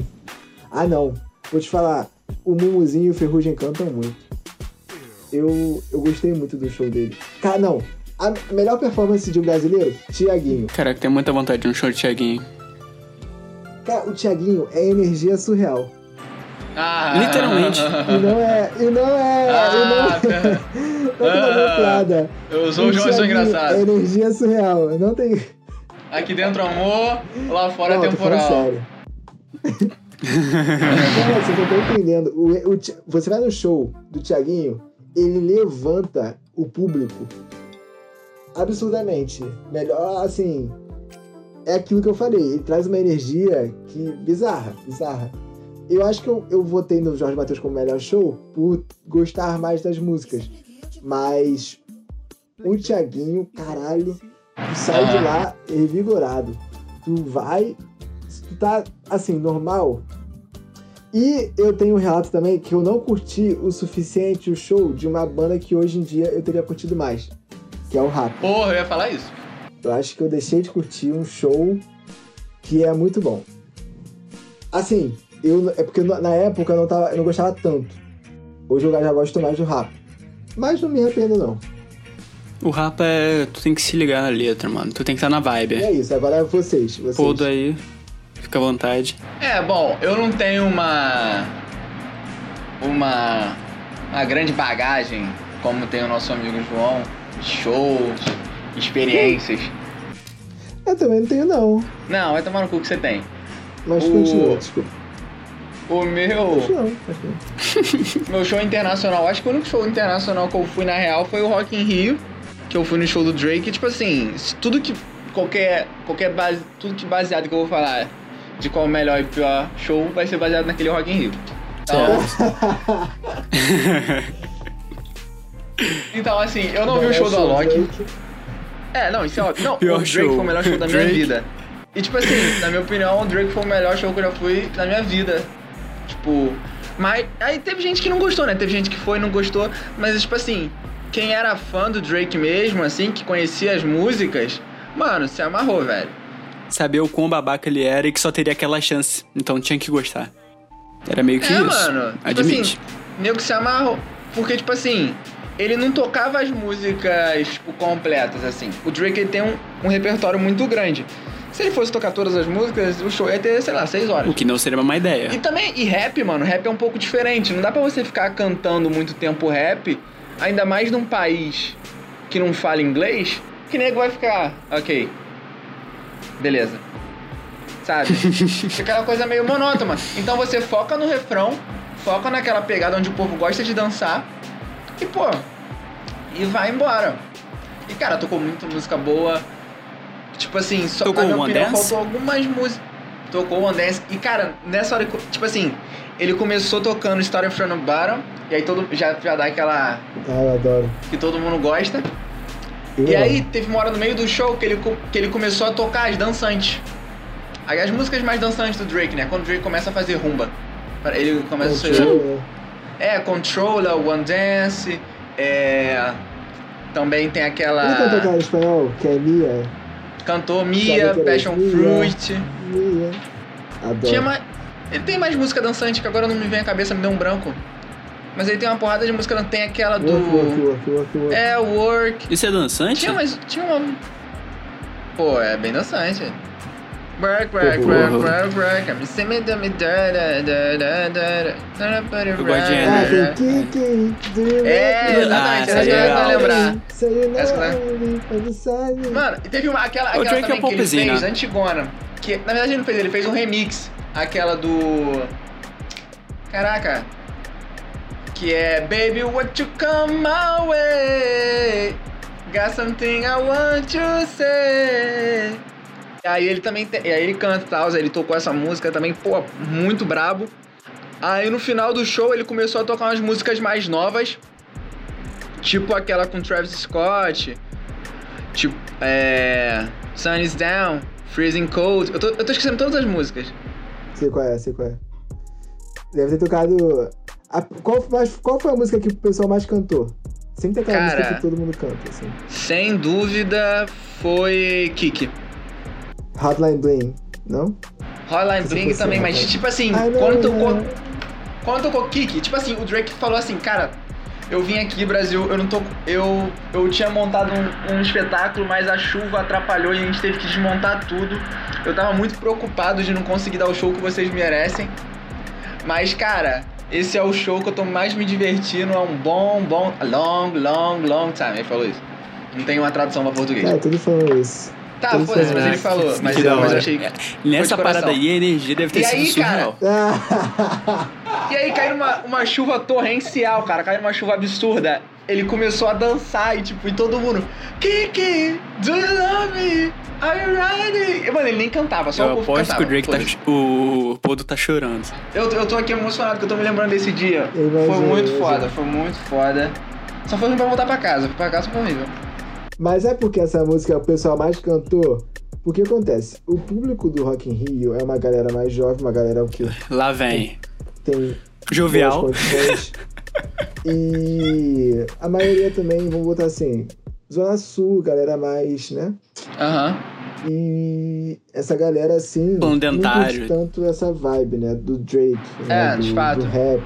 Ah, não. Vou te falar, o Mumuzinho e o Ferrugem cantam muito. Eu, eu gostei muito do show dele. Cara, não. A melhor performance de um brasileiro, Tiaguinho. Caraca, tenho muita vontade de um show de Thiaguinho. Cara, o Thiaguinho é energia surreal. Ah, <laughs> Literalmente. E não é. E não é. e não Ah, <laughs> é. tá. Não tem uma Ah, <laughs> piada. Eu sou o João, sou Thiaguinho engraçado. É energia surreal. Não tem. Aqui dentro amor, lá fora é não, tô falando temporal. <laughs> sério. Cara, você não tá entendendo. O, o Thi- você vai no show do Thiaguinho, ele levanta o público absurdamente. Melhor, assim. É aquilo que eu falei, ele traz uma energia que. bizarra, bizarra. Eu acho que eu, eu votei no Jorge Matheus como melhor show por gostar mais das músicas. Mas o Thiaguinho, caralho, tu sai de lá revigorado. Tu vai, se tu tá assim, normal. E eu tenho um relato também que eu não curti o suficiente o show de uma banda que hoje em dia eu teria curtido mais, que é o Rap. Porra, eu ia falar isso. Eu acho que eu deixei de curtir um show que é muito bom. Assim, eu é porque na na época eu não, tava, eu não gostava tanto. Hoje eu já gosto mais do Rap. Mas não me arrependo, não. O rapa é. Tu tem que se ligar na letra, mano. Tu tem que estar na E vibe. é isso, agora é vocês. vocês. Todo aí. Fica à vontade. É, bom, eu não tenho uma. Uma. Uma grande bagagem, como tem o nosso amigo João, de shows, experiências. Eu também não tenho, não. Não, vai tomar no cu que você tem. Mas O- continua, desculpa. O meu. Acho não, acho não. Meu show internacional, acho que o único show internacional que eu fui na real foi o Rock in Rio, que eu fui no show do Drake. E, tipo assim, se tudo que qualquer qualquer base, tudo que baseado que eu vou falar de qual é o melhor e pior show vai ser baseado naquele Rock in Rio. Então, <laughs> então assim, eu não vi o show do Alok. É, não, isso é óbvio. Não, Pior o Drake show. foi o melhor show da minha Drake. vida. E tipo assim, na minha opinião, o Drake foi o melhor show que eu já fui na minha vida. Tipo. Mas. Aí teve gente que não gostou, né? Teve gente que foi e não gostou. Mas, tipo assim, quem era fã do Drake mesmo, assim, que conhecia as músicas, mano, se amarrou, velho. Saber o quão babaca ele era e que só teria aquela chance. Então tinha que gostar. Era meio que é, isso. mano. Admite. Tipo assim, nego se amarrou. Porque, tipo assim, ele não tocava as músicas tipo, completas, assim. O Drake ele tem um, um repertório muito grande. Se ele fosse tocar todas as músicas, o show ia ter, sei lá, seis horas. O que não seria uma má E ideia. também, e rap, mano, rap é um pouco diferente. Não dá pra você ficar cantando muito tempo rap, ainda mais num país que não fala inglês, que nego vai ficar, ok, beleza. Sabe? Fica aquela coisa meio monótona. Então você foca no refrão, foca naquela pegada onde o povo gosta de dançar e, pô, e vai embora. E, cara, tocou muito música boa. Tipo assim, só Tocou na minha One opinião, Dance? faltou algumas músicas. Tocou One Dance. E, cara, nessa hora, tipo assim, ele começou tocando Story from the Bottom. E aí todo, já, já dá aquela Ah, eu adoro. que todo mundo gosta. Eu E amo. aí teve uma hora no meio do show que ele, co- que ele começou a tocar as dançantes. Aí As músicas mais dançantes do Drake, né? Quando o Drake começa a fazer rumba. Ele começa a Continua, ser. É, Controller, One Dance. É. Também tem aquela. Ele canta aquela em espanhol, que é Mia. Cantor Mia, Sabe, é Passion Mia. Tá. Fruit. Mia. Adoro. Tinha mais. Ele tem mais música dançante que agora não me vem à cabeça, me deu um branco. Mas ele tem uma porrada de música, não tem aquela Work, work, do. work, work, work. É, Work. Isso é dançante? Tinha mais. Tinha uma. Pô, é bem dançante. Work, work, Porra. work, work, work. I'm singing to me, da, da, da, da, da, da. Nobody Eu gosto de Ah, right. tem Kiki, do you É, know- exatamente, Ah, essa essa é eu não legal. vou lembrar. So you know Essa é- only for the sun. Mano, e teve uma, aquela, O aquela Drake é também um que ele popzinho, fez, né? antigona. Que, na verdade ele não fez, ele fez um remix. Aquela do... Caraca. Que é... Baby, what you come my way? Got something I want to say. E aí ele também... te- E aí ele canta e tal, aí ele tocou essa música também, pô, muito brabo. Aí no final do show ele começou a tocar umas músicas mais novas. Tipo aquela com Travis Scott. Tipo, é. Sun is Down, Freezing Cold. Eu tô, eu tô esquecendo todas as músicas. Sei qual é, sei qual é. Deve ter tocado. a- qual, mas qual foi a música que o pessoal mais cantou? Sempre tem aquela Cara. música que todo mundo canta, assim. Sem dúvida foi Kiki. Hotline Bling, não? Hotline Essa Bling foi também, sim, mas rapaz. tipo assim, Ai, não, quando não, tocou. não. Quando tocou Kiki, tipo assim, o Drake falou assim, cara, Eu vim aqui, Brasil, eu não tô. Eu, eu tinha montado um, um espetáculo, mas a chuva atrapalhou e a gente teve que desmontar tudo. Eu tava muito preocupado de não conseguir dar o show que vocês merecem. Mas, cara, esse é o show que eu tô mais me divertindo. É um bom, bom. a Long, long, long time. Ele falou isso. Não tem uma tradução pra português. É, tudo falando isso. <laughs> Tá, Isso foda-se, é mas ele verdade. falou. Mas, Que da mas eu hora. achei. Nessa de coração. parada aí, a energia deve ter E sido aí, surreal. Ah, E aí caiu uma, uma chuva torrencial, cara. Caiu uma chuva absurda. Ele começou a dançar e, tipo, e todo mundo. Kiki, do you love me? Are you ready? E, Mano, ele nem cantava, só o Eu povo aposto cantava. que o Drake tá. Foda-se. O Podo tá chorando. Eu, eu tô aqui emocionado, porque eu tô me lembrando desse dia. Eu foi imagino, muito eu foda, imagino. foi muito foda. Só foi ruim pra voltar pra casa, pra casa foi horrível. Mas é porque essa música o pessoal mais cantou. Porque acontece, o público do Rock in Rio é uma galera mais jovem, uma galera que Lá vem. tem Jovial. boas condições. e a maioria também, vamos botar assim, Zona Sul, galera mais, né? Aham. E essa galera, assim, Plano não dentário. curte tanto essa vibe, né? Do Drake, né? É, do, de fato. do rap.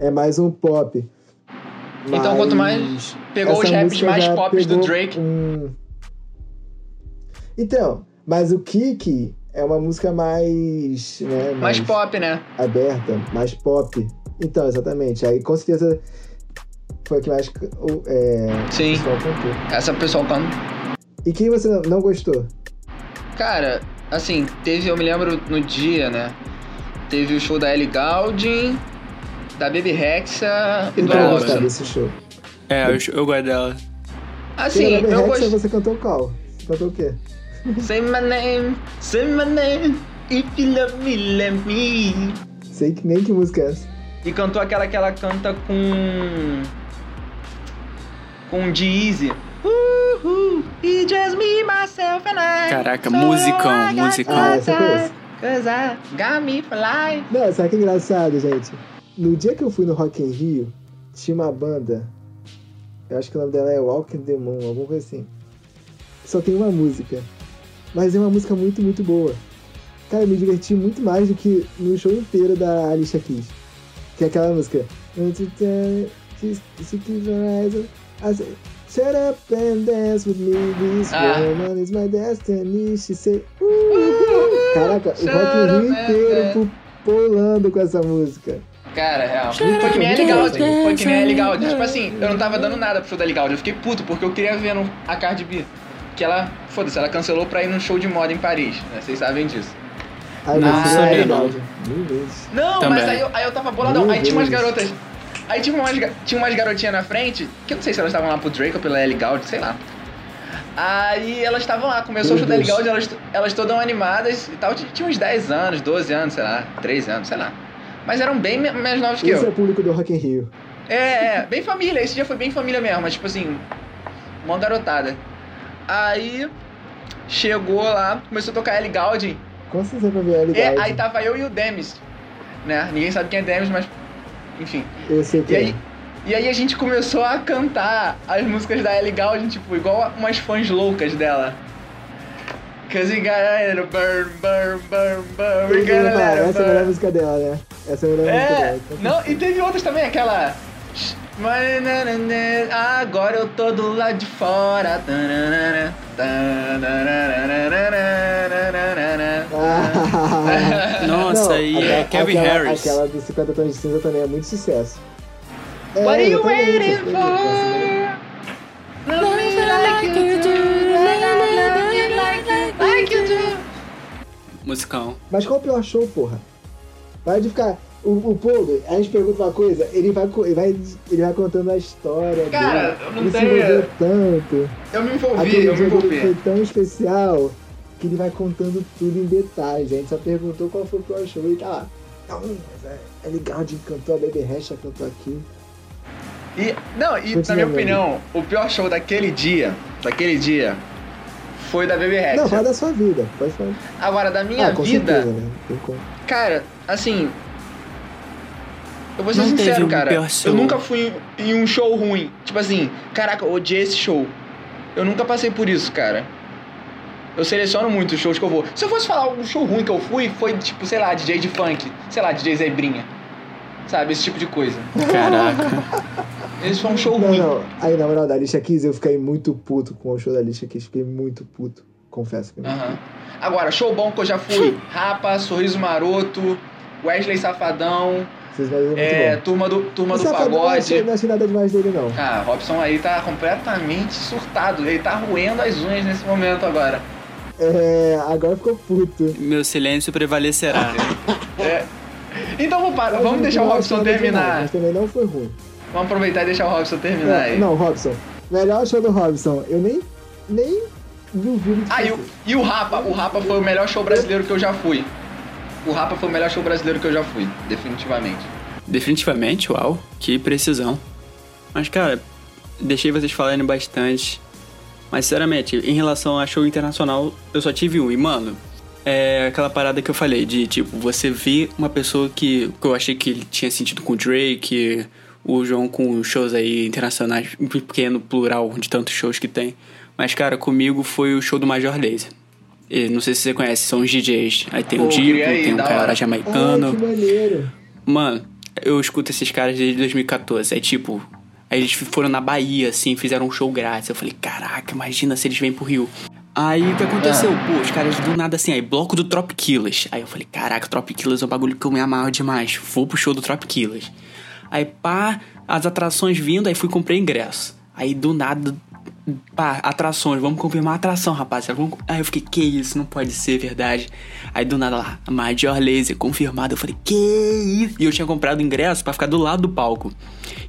É mais um pop. Então, quanto mais- Mas Pegou essa os raps música mais já pop do pegou Drake. um- Então, mas o Kiki é uma música mais... Né, Mais pop, né? aberta, mais pop. Então, exatamente. Aí com certeza foi a que mais o- é, o Sim. pessoal cantou. Essa pessoal canta. E quem você não- não gostou? Cara, assim, teve, eu me lembro no dia, né? Teve o show da Ellie Goulding, da Baby Rexa e Quem do não Bravo. gostou Alonso. desse show? É, eu, eu gosto dela. Assim, Pela eu Rex, gostei. Você cantou qual? Você cantou o quê? Say my name, say my name, if you love me, let me. Sei que nem que música é essa. E cantou aquela que ela canta com. com Deezy. Uhul, e just me, myself and I. Caraca, So musicão, I got musicão. Ah, essa eu that, conheço. Cause I got me for life. Não, sabe que é engraçado, gente? No dia que eu fui no Rock in Rio, tinha uma banda. Eu acho que o nome dela é Walking the Moon, alguma coisa assim. Só tem uma música. Mas é uma música muito, muito boa. Cara, eu me diverti muito mais do que no show inteiro da Alicia Keys. Que é aquela música. Don't you dare, just- just keep your eyes on- I say, Shut up and dance with me, this Ah. woman is my destiny. She say, "Ooh." Caraca, o Shut Rock in Rio up and inteiro dance. pu- pulando com essa música. Cara, real. Shut Foi que nem é up, legal, Jason. foi que nem é legal. Tipo assim, eu não tava dando nada pro show da Legal, eu fiquei puto porque eu queria ver no, a Cardi B. Que ela, foda-se, ela cancelou pra ir num show de moda em Paris, né? Vocês sabem disso. Aí Não você sabia, vai, não. Valdir. Mil vezes. Não, Também. mas aí eu, aí eu tava boladão. Meu Aí tinha umas Deus. garotas. Aí tinha umas, ga- tinha umas garotinhas na frente, que eu não sei se elas estavam lá pro Drake ou pela Legal, sei lá. Aí elas estavam lá, começou o show Meu da Deus. Legal, elas, elas todas animadas e tal. Tinha tinha uns 10 anos, 12 anos, sei lá, 3 anos, sei lá. Mas eram bem me- mais novos que eu. Esse é o público do Rock in Rio. É, é, bem família, esse dia foi bem família mesmo, mas tipo assim, uma garotada. Aí chegou lá, começou a tocar Ellie Goulding. Com certeza pra ver a É, legal. aí tava eu e o Demis, né? Ninguém sabe quem é Demis, mas enfim. Eu sei que E é. aí, e aí a gente começou a cantar as músicas da Ellie Goulding, tipo, igual umas fãs loucas dela. Cause we got a little burn, burn, burn, burn, we Eu got ia a falar, little Essa é a melhor burn. música dela, né? Essa é a melhor música É, dela. com não, e certeza. teve outras também, aquela. Agora eu tô do lado de fora. <laughs> Ah. Nossa, Não, e aquela- é Kevin aquela, Harris. Aquela do 50 Tons de Cinza também é muito sucesso. É, então What are you exatamente, waiting exatamente, exatamente. for? então Love é me like you do. Love me like- like you do. Musicão. Mas qual é o pior show, porra? Vai de ficar. O, o Poldo, a gente pergunta uma coisa, ele vai, co- ele vai, ele vai contando a história Cara, dele. eu não ele tenho- se envolveu tanto. Eu me envolvi, Aquele eu me dia dele foi envolvi. tão especial que ele vai contando tudo em detalhes. A gente só perguntou qual foi o pior show e tá lá. Não, mas é, é legal de cantou, a Baby Hasha cantou aqui. E, não, e na Continua, minha meu opinião, o pior show daquele dia, daquele dia, foi da Baby Rex. Não, fala da sua vida. Pode falar. Agora, da É, minha ah, com vida, certeza, né? Tem como. Cara, assim. Eu vou ser Não teve sincero, um cara. pior Eu show. nunca fui em um show ruim. Tipo assim, caraca, eu odiei esse show. Eu nunca passei por isso, cara. Eu seleciono muito os shows que eu vou. Se eu fosse falar um show ruim que eu fui, foi tipo, sei lá, DJ de funk, sei lá, DJ Zebrinha. Sabe, esse tipo de coisa. Caraca. Esse foi um show Não, ruim. não. Aí, na moral, da Alicia Keys, eu fiquei muito puto com o show da Alicia Keys. Fiquei muito puto. Confesso. Que Aham. Agora, show bom que eu já <laughs> fui. Rapa, Sorriso Maroto, Wesley Safadão, Vocês vão ver muito é, bom. turma do, turma Mas do Safadão, eu não achei- Pagode. Não achei nada demais dele, não. Ah, Robson aí tá completamente surtado. Ele tá roendo as unhas nesse momento agora. É, agora ficou puto. Meu silêncio prevalecerá. É. Então vamos parar, vamos Mas deixar o não Robson achei nada demais, terminar. Mas também não foi ruim. Vamos aproveitar e deixar o Robson terminar aí. né? É, Não, Robson. Melhor show do Robson. Eu nem, nem vi o vídeo. Ah, e o, e o Rapa? O Rapa foi o melhor show brasileiro que eu já fui. O Rapa foi o melhor show brasileiro que eu já fui, definitivamente. Definitivamente, uau, que precisão. Mas, cara, deixei vocês falarem bastante. Mas, sinceramente, em relação a show internacional, eu só tive um. E, mano, é aquela parada que eu falei de, tipo, você vê uma pessoa que, que eu achei que ele tinha sentido com o Drake, o João com shows aí internacionais, um pequeno plural de tantos shows que tem. Mas, cara, comigo foi o show do Major Lazer. E não sei se você conhece, são os DJs. Aí tem Pô, o Dico, queria ir, tem um da cara hora. jamaicano. Ai, que maneiro. Mano, eu escuto esses caras desde 2014. É tipo. Aí eles foram na Bahia, assim, fizeram um show grátis. Eu falei, caraca, imagina se eles vêm pro Rio. Aí o que aconteceu? Pô, os caras do nada assim, aí, bloco do Trop Killers. Aí eu falei, caraca, Trop Killers é um bagulho que eu me amarro demais. Vou pro show do Trop Killers. Aí pá, as atrações vindo, aí fui e comprei ingresso. Aí do nada, pá, atrações, vamos confirmar a atração, rapaziada. Vamos... Aí eu fiquei, que isso, não pode ser verdade. Aí do nada lá, Major Laser confirmado. Eu falei, que isso? E eu tinha comprado ingresso pra ficar do lado do palco.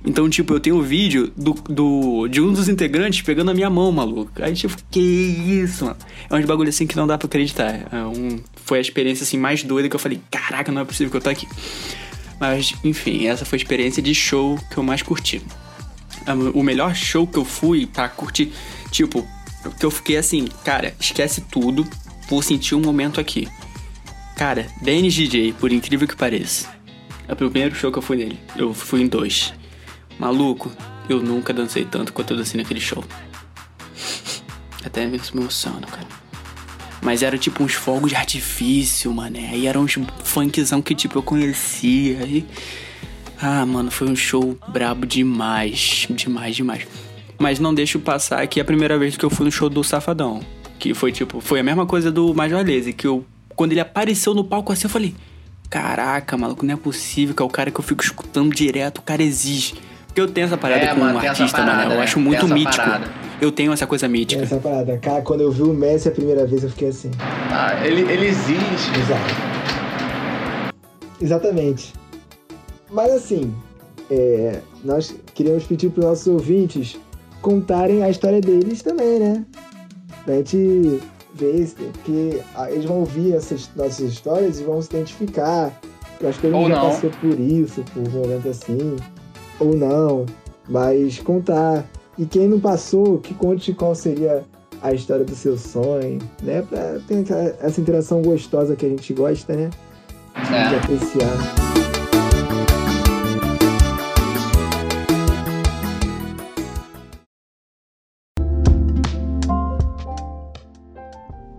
Então, tipo, eu tenho um vídeo do, do, de um dos integrantes pegando a minha mão, maluco. Aí, tipo, que isso, mano. É uns bagulho assim que não dá pra acreditar. É um- foi a experiência assim mais doida que eu falei, caraca, não é possível que eu tô aqui. Mas, enfim, essa foi a experiência de show que eu mais curti. Um, O melhor show que eu fui pra curtir, tipo, que eu fiquei assim, cara, esquece tudo, vou sentir um momento aqui. Cara, Dennis DJ, por incrível que pareça. É o primeiro show que eu fui nele. Eu fui em dois. Maluco, eu nunca dancei tanto quanto eu dancei naquele show. Até me emociono, cara. Mas era tipo uns fogos de artifício, mané. Aí eram uns funkzão que tipo eu conhecia. Aí. Ah, mano, foi um show brabo demais. Demais, demais. Mas não deixo passar que é a primeira vez que eu fui no show do Safadão. Que foi tipo, foi a mesma coisa do Major Lazer, que eu. Quando ele apareceu no palco assim, eu falei. Caraca, maluco, não é possível que é o cara que eu fico escutando direto, o cara exige. Porque eu tenho essa parada É, com mano, um tem essa artista, mano. parada, Eu né? acho Tem muito essa mítico. parada. Eu tenho essa coisa mítica. Essa parada. Cara, quando eu vi o Messi a primeira vez, eu fiquei assim. Ah, ele, ele existe. Exato. Exatamente. Mas assim, é, nós queríamos pedir para os nossos ouvintes contarem a história deles também, né? Pra gente ver se- que ah, eles vão ouvir essas nossas histórias e vão se identificar. Eu acho que Ou ele já não. passou por isso, por um momento assim. Ou não. Mas contar. E quem não passou, que conte qual seria a história do seu sonho, né? Pra ter aquela- essa interação gostosa que a gente gosta, né? De É. apreciar.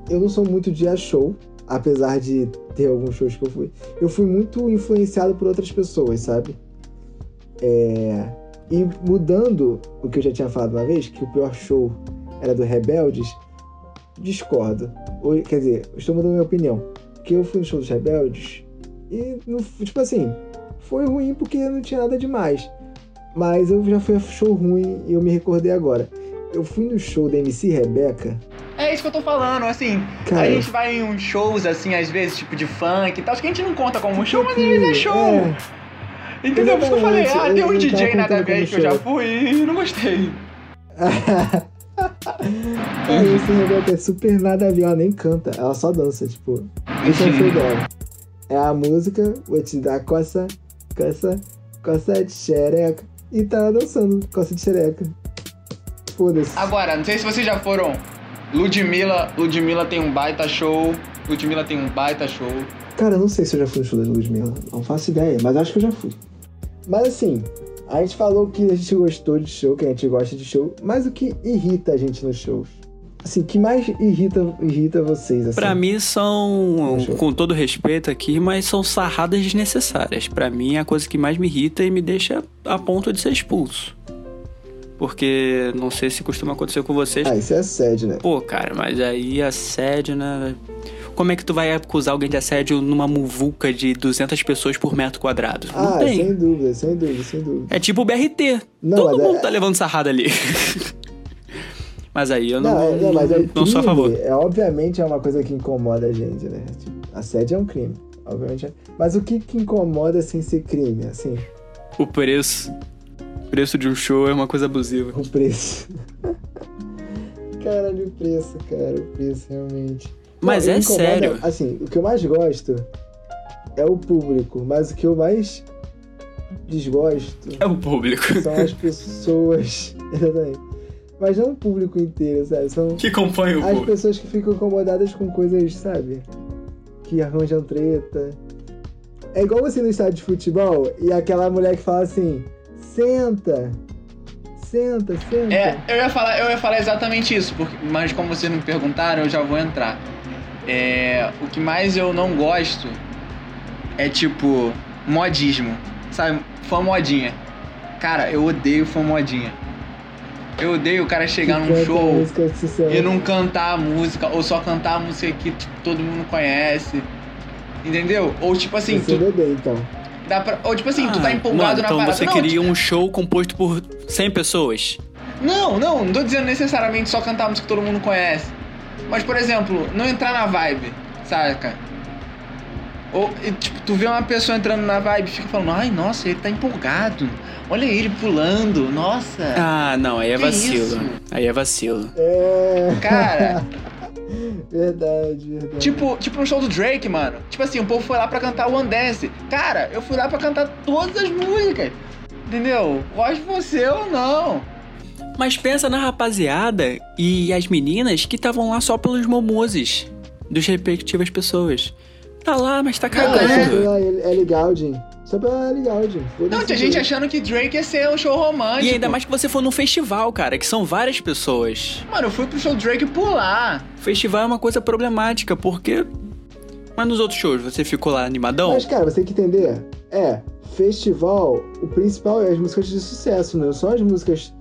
Eu não sou muito de ir a show, apesar de ter alguns shows que eu fui. Eu fui muito influenciado por outras pessoas, sabe? É, E mudando o que eu já tinha falado uma vez, que o pior show era do Rebeldes, discordo. Ou, quer dizer, eu estou mudando minha opinião. Porque eu fui no show dos Rebeldes e, não, tipo assim, foi ruim porque não tinha nada demais. Mas eu já fui a show ruim e eu me recordei agora. Eu fui no show da MC Rebeca. é isso que eu tô falando, assim. Cara, A gente vai em uns shows, assim, às vezes, tipo de funk e tal, que a gente não conta como um show, mas às Tipo que- vezes é show. é, Entendeu? Por isso que eu falei, exatamente. ah, Eu- tem eu um não DJ tava nada a contando ver como que eu já show. fui e não gostei. A MC Rebeca é super nada a ver, ela nem canta, ela só dança, tipo. Esse é o show dela. É a música, vou te dar coça, coça, coça de xereca. E tá ela dançando, coça de xereca. Foda-se. Agora, não sei se vocês já foram. Ludmilla, Ludmilla tem um baita show. Ludmilla tem um baita show. Cara, eu não sei se eu já fui no show da Ludmilla. Não faço ideia, mas acho que eu já fui. Mas assim, a gente falou que a gente gostou de show, que a gente gosta de show, mas o que irrita a gente nos shows? Assim, o que mais irrita, irrita vocês, assim? Pra mim são, Fechou. com todo respeito aqui, mas são sarradas desnecessárias. Pra mim é a coisa que mais me irrita e me deixa a ponto de ser expulso. Porque não sei se costuma acontecer com vocês. Ah, isso é assédio, né? Pô, cara, mas aí assédio, né? Como é que tu vai acusar alguém de assédio numa muvuca de 200 pessoas por metro quadrado? Não Ah, tem. sem dúvida, sem dúvida, sem dúvida. É tipo o BRT. Não, Todo mas é- mundo tá levando sarrada ali. <laughs> mas aí eu não, é- não, mas é não sou a crime. favor. É, obviamente é uma coisa que incomoda a gente, né? Tipo, assédio é um crime, obviamente. É. Mas o que que incomoda sem ser crime, assim? O preço. O preço de um show é uma coisa abusiva. O preço. <laughs> Caralho, o preço, cara, o preço, realmente. Mas Não, é incomoda- sério. Assim, o que eu mais gosto é o público, mas o que eu mais desgosto É o público. <laughs> são as pessoas. <laughs> Exatamente. Mas não o público inteiro, sabe? São Que compõe o as público. pessoas que ficam incomodadas com coisas, sabe? Que arranjam treta. É igual você no estádio de futebol e aquela mulher que fala assim: senta, senta, senta. É, eu ia falar, eu ia falar exatamente isso, porque, mas como vocês me perguntaram, eu já vou entrar. É, o que mais eu não gosto é tipo modismo, sabe? Fã modinha. Cara, eu odeio fã modinha. Eu odeio o cara chegar Que é num canta show música de sucesso. e não cantar a música, ou só cantar a música que tipo, todo mundo conhece. Entendeu? Ou tipo assim, Você tu, bebê, então. dá pra, ou tipo assim, tu Ah, tá empolgado mano, então na parada. você Não, tipo queria um show composto por 100 pessoas? Não, não, não tô dizendo necessariamente só cantar música que todo mundo conhece. Mas, por exemplo, não entrar na vibe, saca? Ou, e, tipo, tu vê uma pessoa entrando na vibe e fica falando, ai, nossa, ele tá empolgado. Olha ele pulando, <laughs> nossa. Ah, não, aí é Que vacilo. isso? Aí é vacilo. É. Cara, Verdade, verdade. tipo, tipo um show do Drake, mano. Tipo assim, o povo foi lá pra cantar One Dance. Cara, eu fui lá pra cantar todas as músicas. Entendeu? Gosto de você ou não. Mas pensa na rapaziada e as meninas que estavam lá só pelos momoses dos respectivas pessoas. Tá lá, mas tá né? Só cagando. é. pela Ellie Goulding. Só é pela Ellie Goulding. Não, tinha gente achando que Drake ia ser um show romântico. E ainda mais que você for num festival, cara, que são várias pessoas. Mano, eu fui pro show do Drake pular. Festival é uma coisa problemática, porque. Mas nos outros shows, você ficou lá animadão? Mas, cara, você tem que entender. É, festival, o principal é as músicas de sucesso, não são as músicas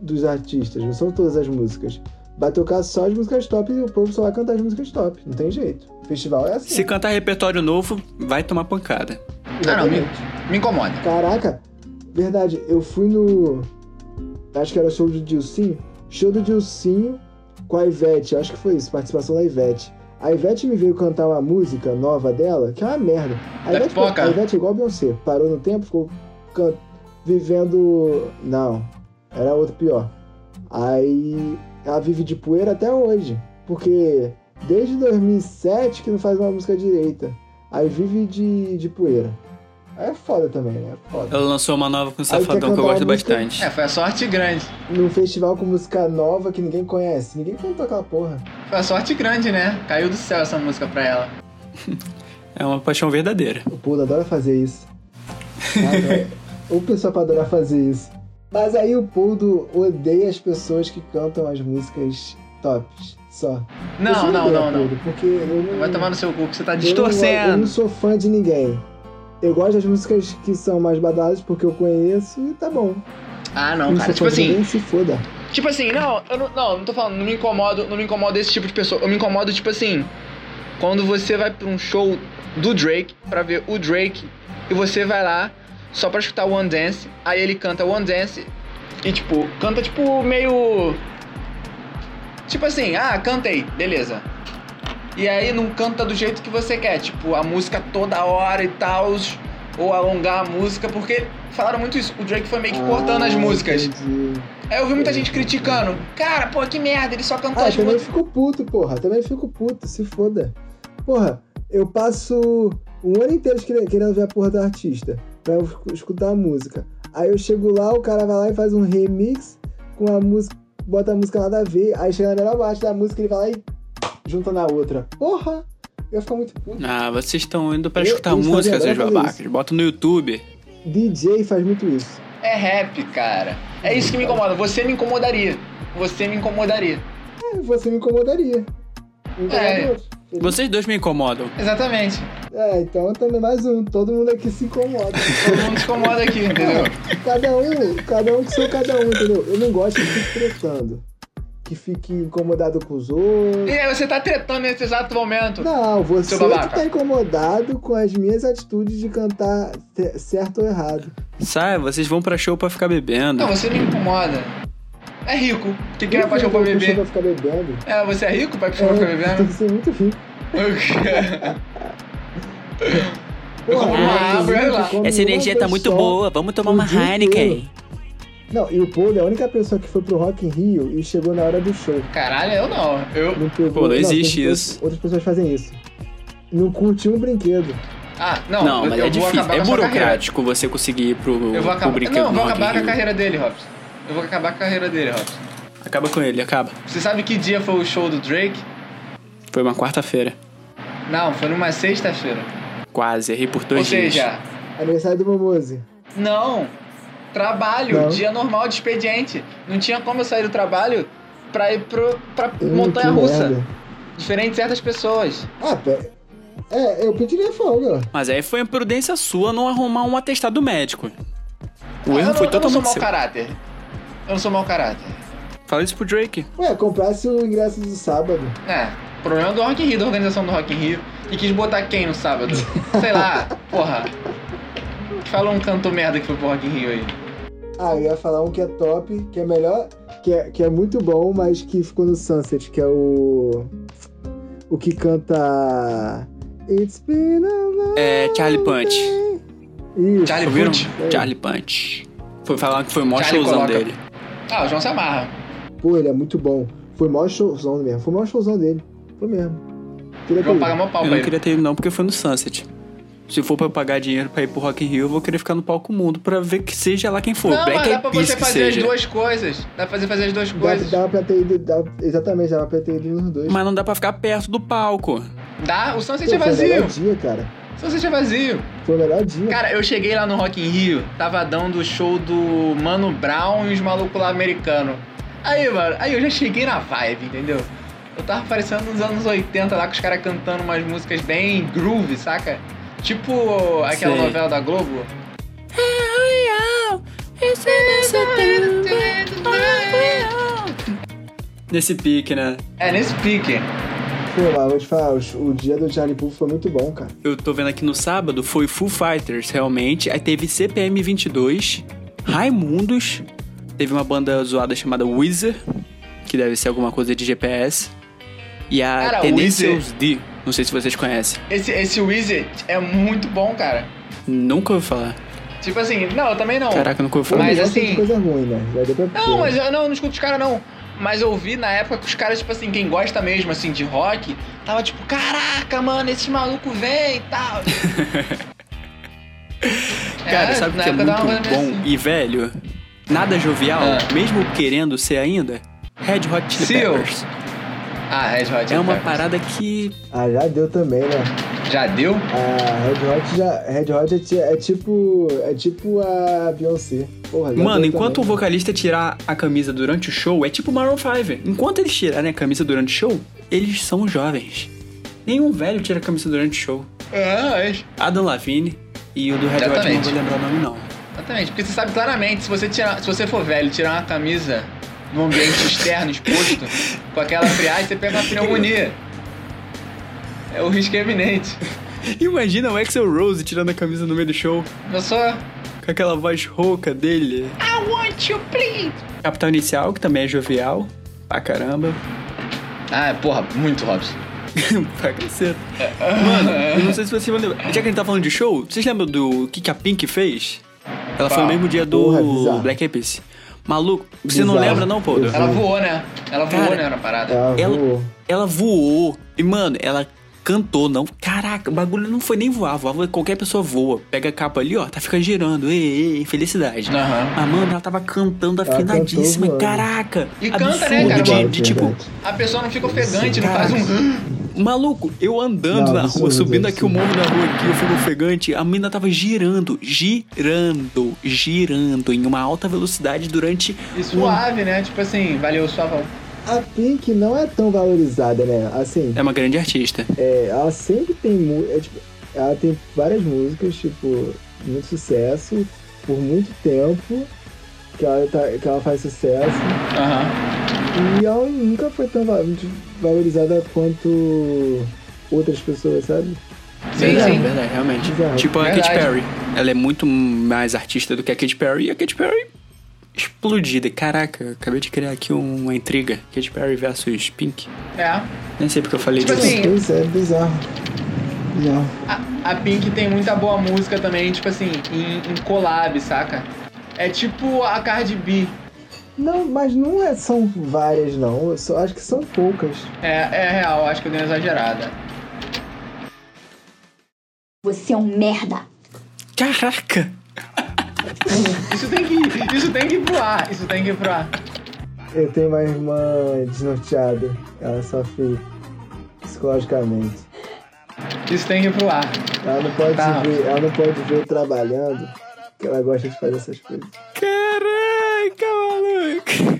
dos artistas, não são todas as músicas. Vai tocar só as músicas top e o povo só vai cantar as músicas top. Não tem jeito. Festival é assim. Se cantar repertório novo, vai tomar pancada. Ah, não, Exatamente. Me incomoda. Caraca, verdade, eu fui no. Acho que era show do Dilcinho. Show do Dilcinho com a Ivete, acho que foi isso, participação da Ivete. A Ivete me veio cantar uma música nova dela, que é uma merda. A Da Ivete, pipoca? a Ivete é igual a Beyoncé, parou no tempo, ficou can- vivendo. Não, era outro pior. Aí ela vive de poeira até hoje, porque desde 2007 que não faz uma música direita. Aí vive de, de poeira. Aí é foda também, né? É Foda. Ela lançou uma nova com o quer Safadão que eu cantar gosto uma música? bastante. É, foi a sorte grande. Num festival com música nova que ninguém conhece. Ninguém cantou aquela porra. Foi a sorte grande, né? Caiu do céu essa música pra ela. É uma paixão verdadeira. O povo adora fazer <laughs> isso. Adora. o pessoal pra adorar fazer isso. Mas aí o Poldo odeia as pessoas que cantam as músicas tops. Só. Você Não, não, odeia, não, não. Poldo, Porque eu não. Vai tomar no seu cu que você tá eu não- Eu não distorcendo. sou fã de ninguém. Eu gosto das músicas que são mais badaladas porque eu conheço e tá bom. Ah, Eu não, sou cara. Tipo fã de assim, ninguém, se foda. tipo assim, não, eu não, não, não tô falando, não me incomodo, não me incomodo esse tipo de pessoa. Eu me incomodo, tipo assim, quando você vai pra um show do Drake, pra ver o Drake, e você vai lá só pra escutar One Dance, aí ele canta One Dance, e tipo, canta tipo meio. Tipo assim, ah, cantei, beleza. E aí não canta do jeito que você quer, tipo, a música toda hora e tal, ou alongar a música, porque falaram muito isso, o Drake foi meio que cortando as Ah, músicas. entendi. Aí eu vi muita gente criticando, cara, pô, que merda, ele só cantou Ah, eu as também músicas. fico puto, porra. Também fico puto, se foda. Porra, eu passo um ano inteiro escre- querendo ver a porra do artista, pra eu escu- escutar a música. Aí eu chego lá, o cara vai lá e faz um remix com a música, bota a música nada a ver, aí chega na melhor parte da música, ele vai lá e junta na outra. Porra! Eu ia ficar muito puto. Ah, vocês estão indo pra Eu- escutar eu música, sabia, seus adoro fazer babacas. Bota no YouTube. DJ faz muito isso. É rap, cara. É isso que me incomoda, você me incomodaria. Você me incomodaria. É, Você me incomodaria. Me incomoda É. outro. Vocês dois me incomodam. Exatamente. É, então também mais um. Todo mundo aqui se incomoda. Todo mundo se incomoda aqui, entendeu? Cada um, cada um que seu cada um, entendeu? Eu não gosto que fique tretando. Que fique incomodado com os E outros. aí você tá tretando nesse exato momento. Não, você Seu que babaca. tá incomodado com as minhas atitudes de cantar ce- certo ou errado. Sai, vocês vão pra show pra ficar bebendo. Não, você me incomoda. É rico. Que quer Eu paixão pra vou puxar beber. Pra ficar bebendo. É, você é rico, vai puxar pra ficar É, Tem que bebendo? ser muito rico. Eu Porra, compro uma tem árvore, Ah, gente olha lá. que come Essa uma energia tá vez muito só. boa. Vamos tomar o uma dia Heineken. inteiro. Não, e o Paulo é a única pessoa que foi pro Rock in Rio e chegou na hora do show. <laughs> Caralho, eu não. Eu. Não pegou, Pô, não existe tem- isso. Outras pessoas fazem isso. Não curtiu um brinquedo. Ah, não. Não, eu, mas eu vou é difícil. acabar É com a sua carreira. burocrático você conseguir ir pro, Eu vou pro acabar. brinquedo Não, eu vou no Rock in acabar com a Rio. carreira dele, Robson. Eu vou acabar com a carreira dele, Robson. Acaba com ele, acaba. Você sabe que dia foi o show do Drake? Foi uma quarta-feira. Não, foi numa sexta-feira. Quase, errei por dois Ou dias. seja, Aniversário do Momose. não. Trabalho, Não. dia normal de expediente. Não tinha como eu sair do trabalho pra ir pro, pra Hum, montanha que russa. merda. Diferente de certas pessoas. Ah, pé. É, eu pediria folga. Mas aí foi imprudência sua não arrumar um atestado médico. O eu Ah, não, erro foi eu não sou totalmente mau seu. caráter. Eu não sou mau caráter. Fala isso pro Drake. Ué, comprasse o ingresso do sábado. É, problema do Rock in Rio, da organização do Rock in Rio. E quis botar quem no <laughs> sábado? Sei lá, porra. Fala um canto merda que foi pro Rock in Rio aí. Ah, eu ia falar um que é top, que é melhor, que é, que é muito bom, mas que ficou no Sunset, que é o. O que canta. It's been a long É, Charlie Punch. Isso. Charlie Ouviram? Puth. Charlie Punch. Foi falar que foi o maior Charlie showzão coloca. dele. Ah, o João se amarra. Pô, ele é muito bom. Foi o maior showzão mesmo. Foi o maior showzão dele. Foi mesmo. Queria O João ter paga ido. mó pau Eu pra não ele. queria ter ido não, porque foi no Sunset. Se for pra eu pagar dinheiro pra ir pro Rock in Rio, eu vou querer ficar no palco mundo pra ver que seja lá quem for. Não, mas Black dá Eyed pra Peas você que fazer as seja. duas coisas. Dá pra fazer, fazer as duas Dava, coisas. dava pra ter ido. dava- exatamente, dava pra ter ido nos dois. Mas não dá pra ficar perto do palco. Dá? O Sunset Pô, é foi o vazio. melhor dia, cara. O Sunset é vazio. Foi o melhor dia. Cara, eu cheguei lá no Rock in Rio, tava dando o show do Mano Brown e os malucos lá americanos. Aí, mano, aí eu já cheguei na vibe, entendeu? Eu tava parecendo nos anos 80 lá com os caras cantando umas músicas bem groove, saca? Tipo aquela Sei. novela da Globo. Nesse pique, né? É, nesse pique. Pô, mas vou te falar, o, o dia do Charlie Puth foi muito bom, cara. Eu tô vendo aqui no sábado, foi Full Fighters, realmente. Aí teve CPM 22, Raimundos, teve uma banda zoada chamada Weezer, que deve ser alguma coisa de GPS. E a Cara, Tenacious D, não sei se vocês conhecem. Esse, esse Wizard é muito bom, cara. Nunca ouvi falar. Tipo assim, não, eu também não. Caraca, nunca ouvi Foi falar. Mas um monte assim- de coisa ruim, né? Já deu pra Não, mas eu não, não escuto os caras, não. Mas eu vi na época que os caras, tipo assim, quem gosta mesmo, assim, de rock, tava tipo, caraca, mano, esses malucos vêm e tal. Cara, sabe o na que é época muito dava uma coisa meio bom e velho? Nada jovial, Ah. mesmo querendo ser ainda, Red Hot Chili Seal. Peppers. <laughs> Ah, Red Hot. Chili É uma Peppers. parada que Ah, já deu também, né? Já deu? A Red Hot, já, Red Hot é, ti- é tipo. É tipo a Beyoncé. Porra, já Mano, deu enquanto o também, vocalista tirar a camisa durante o show, é tipo Maroon 5. Enquanto eles tirarem a camisa durante o show, eles são jovens. Nenhum velho tira a camisa durante o show. É, é. Adam Lavigne e o do Red Hot, não Exatamente. vou lembrar o nome não. Exatamente, porque você sabe claramente, se você, tirar, se você for velho e tirar uma camisa num ambiente externo, <laughs> exposto, com aquela friagem, você pega uma pneumonia. É, o risco é iminente. Imagina o Axel Rose tirando a camisa no meio do show, Eu só. com aquela voz rouca dele. I want you, please! Capitão Inicial, que também é jovial, pra caramba, Ah, porra, muito Robson. <laughs> pra caceta. É. <laughs> Mano, eu não sei se vocês vão lembrar. Já que a gente tá falando de show, vocês lembram do que, que a Pink fez? Ela foi Qual? no mesmo dia do Porra, bizarro. Black Eyed Peas. Maluco, você não Bizarro. lembra não, Paulo? Eu Ela voou, né? Ela voou, Cara, né, na parada. ela- né? Ela voou. Ela voou. E, mano, ela cantou, não. Caraca, o bagulho não foi nem voar. voava- qualquer pessoa voa. Pega a capa ali, ó, tá ficando girando. Ei, ei, felicidade. Aham. Mas, mano, ela tava cantando Ela cantou afinadíssima. voando. Caraca. E canta, né, absurdo cara? De, Mano, de, tipo, verdade. A pessoa não fica ofegante, não Caraca. faz um. maluco, eu andando Não, na rua, absurdo, subindo aqui o absurdo. morro da rua aqui, eu fico ofegante. A mina tava girando, girando, girando em uma alta velocidade durante E suave, né? Tipo assim, valeu, suavão. a Pink não é tão valorizada, né? Assim, É uma grande artista. é, ela sempre tem. mu- é, tipo, ela tem várias músicas, tipo, muito sucesso, por muito tempo, que ela, tá- que ela faz sucesso. Aham. E ela nunca foi tão va- valorizada quanto outras pessoas, sabe? Sim, Verdade, sim. verdade, realmente. Exato. Tipo a Verdade. Katy Perry. Ela é muito mais artista do que a Katy Perry. E a Katy Perry explodida. Caraca, eu acabei de criar aqui uma intriga. Katy Perry versus Pink. É. Nem sei porque eu falei Tipo disso. assim, Pois é, bizarro. Bizarro. A, a Pink tem muita boa música também, tipo assim, em, em collab, saca? É tipo a Cardi B. Não, mas não é, são várias, não. Eu só acho que são poucas. É, é real, acho que eu dei uma exagerada. Você é um merda. Caraca! Isso tem que, isso tem que ir pro ar, isso tem que ir pro ar. Eu tenho uma irmã desnorteada. Ela sofre psicologicamente. Isso tem que ir pro ar. Ela não pode Tá. ver, ela não pode ver eu trabalhando, porque ela gosta de fazer essas coisas. Caraca, maluco!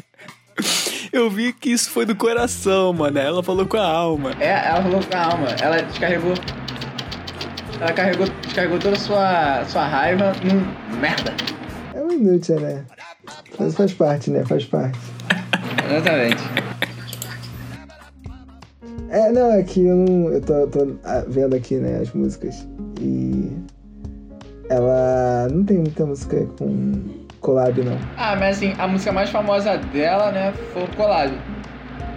Eu vi que isso foi do coração, mano. Ela falou com a alma. É, ela falou, calma, ela descarregou. Ela carregou, descarregou toda a sua, sua raiva num merda. É uma inútil, né? Mas faz parte, né? Faz parte. Exatamente. É, não, é que eu não. Eu tô, tô, ah, vendo aqui, né, as músicas. E. Ela não tem muita música com collab, não. Ah, mas assim, a música mais famosa dela, né, foi o collab.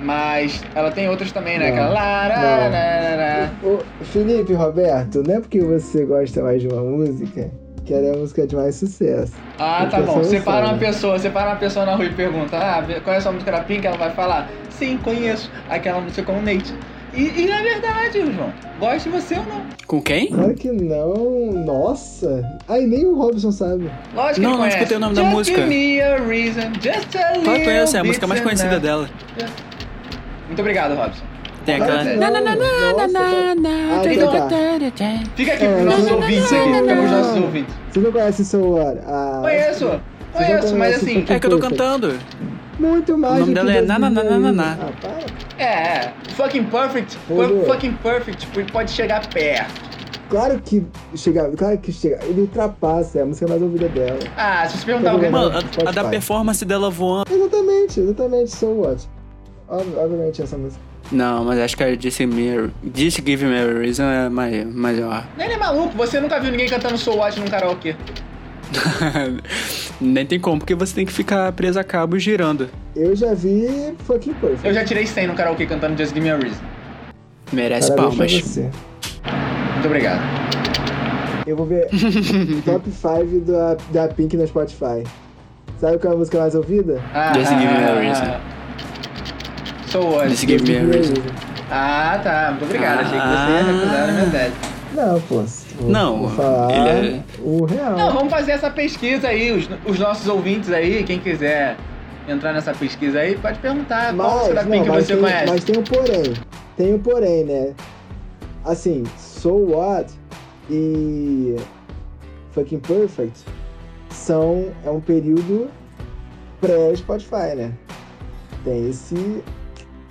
Mas ela tem outras também, né? Não. Aquela. lá, lá, Não. lá, lá, lá. Ô, Felipe Roberto, não é porque você gosta mais de uma música que ela é a música de mais sucesso. Ah, Eu tá tô bom. só Separa só, uma né? pessoa, separa uma pessoa na rua e pergunta, ah, conhece a música da Pink? Ela vai falar, sim, conheço. Aquela música com o Nate. E, e é verdade, João. Gosto de você ou não? Com quem? Claro que não. Nossa! Aí nem o Robson sabe. Lógico que Não, ele não conhece. escutei o nome da Just música. Give me a reason, just a Claro que little essa é a bit música mais conhecida tonight. dela. Muito obrigado, Robson. Tem Claro aquela. que não. Nossa, Ah, então tá. Fica aqui É, pros nossos não, ouvintes não, aqui. não, Fica pros não. nossos ouvintes. Você não conhece o celular? Ah, Conheço, já conheço, mas conhece assim, porque- É que eu tô cantando. Muito mais. O nome do que dela é 2000 Nananana. Ah, para. é, é. Fucking Perfect, fu- Olhou. fucking Perfect, tipo, pode chegar perto. Claro que chega, claro que chega. Ele ultrapassa, é a música mais ouvida dela. Ah, se você perguntar alguém. Mano, Mano, a, a da Spotify. performance dela voando. Exatamente, exatamente, so what? Ob- Obviamente essa música. Não, mas acho que a Disse Me. Disse Give Me a Reason é mai- maior. <laughs> Ele é maluco, você nunca viu ninguém cantando Soul Watch num karaokê. Nem tem como, porque você tem que ficar preso a cabo girando. Eu já vi fucking perfect. Eu já tirei 100 no karaokê cantando Just Give Me a Reason. Merece Parabéns pra palmas. você. Muito obrigado. Eu vou <laughs> ver top 5 da, da Pink no Spotify. Sabe qual é a música mais ouvida? Ah, Just Give Me a ah, Reason. ah. Soul Disse Watch. Give Me Ah. a Reason. Ah, tá, muito obrigado. Achei que você ia recusar a minha tese. Não, pô. vou- Não, vou falar ele é- o real. Não, Então, vamos fazer essa pesquisa aí, os, os nossos ouvintes aí, quem quiser entrar nessa pesquisa aí, pode perguntar qual música da não, Pink mas você tem, um, conhece. Mas tem o porém. Tem o porém, né? Assim, So What e Fucking Perfect são. É um período pré-Spotify, né? Tem esse.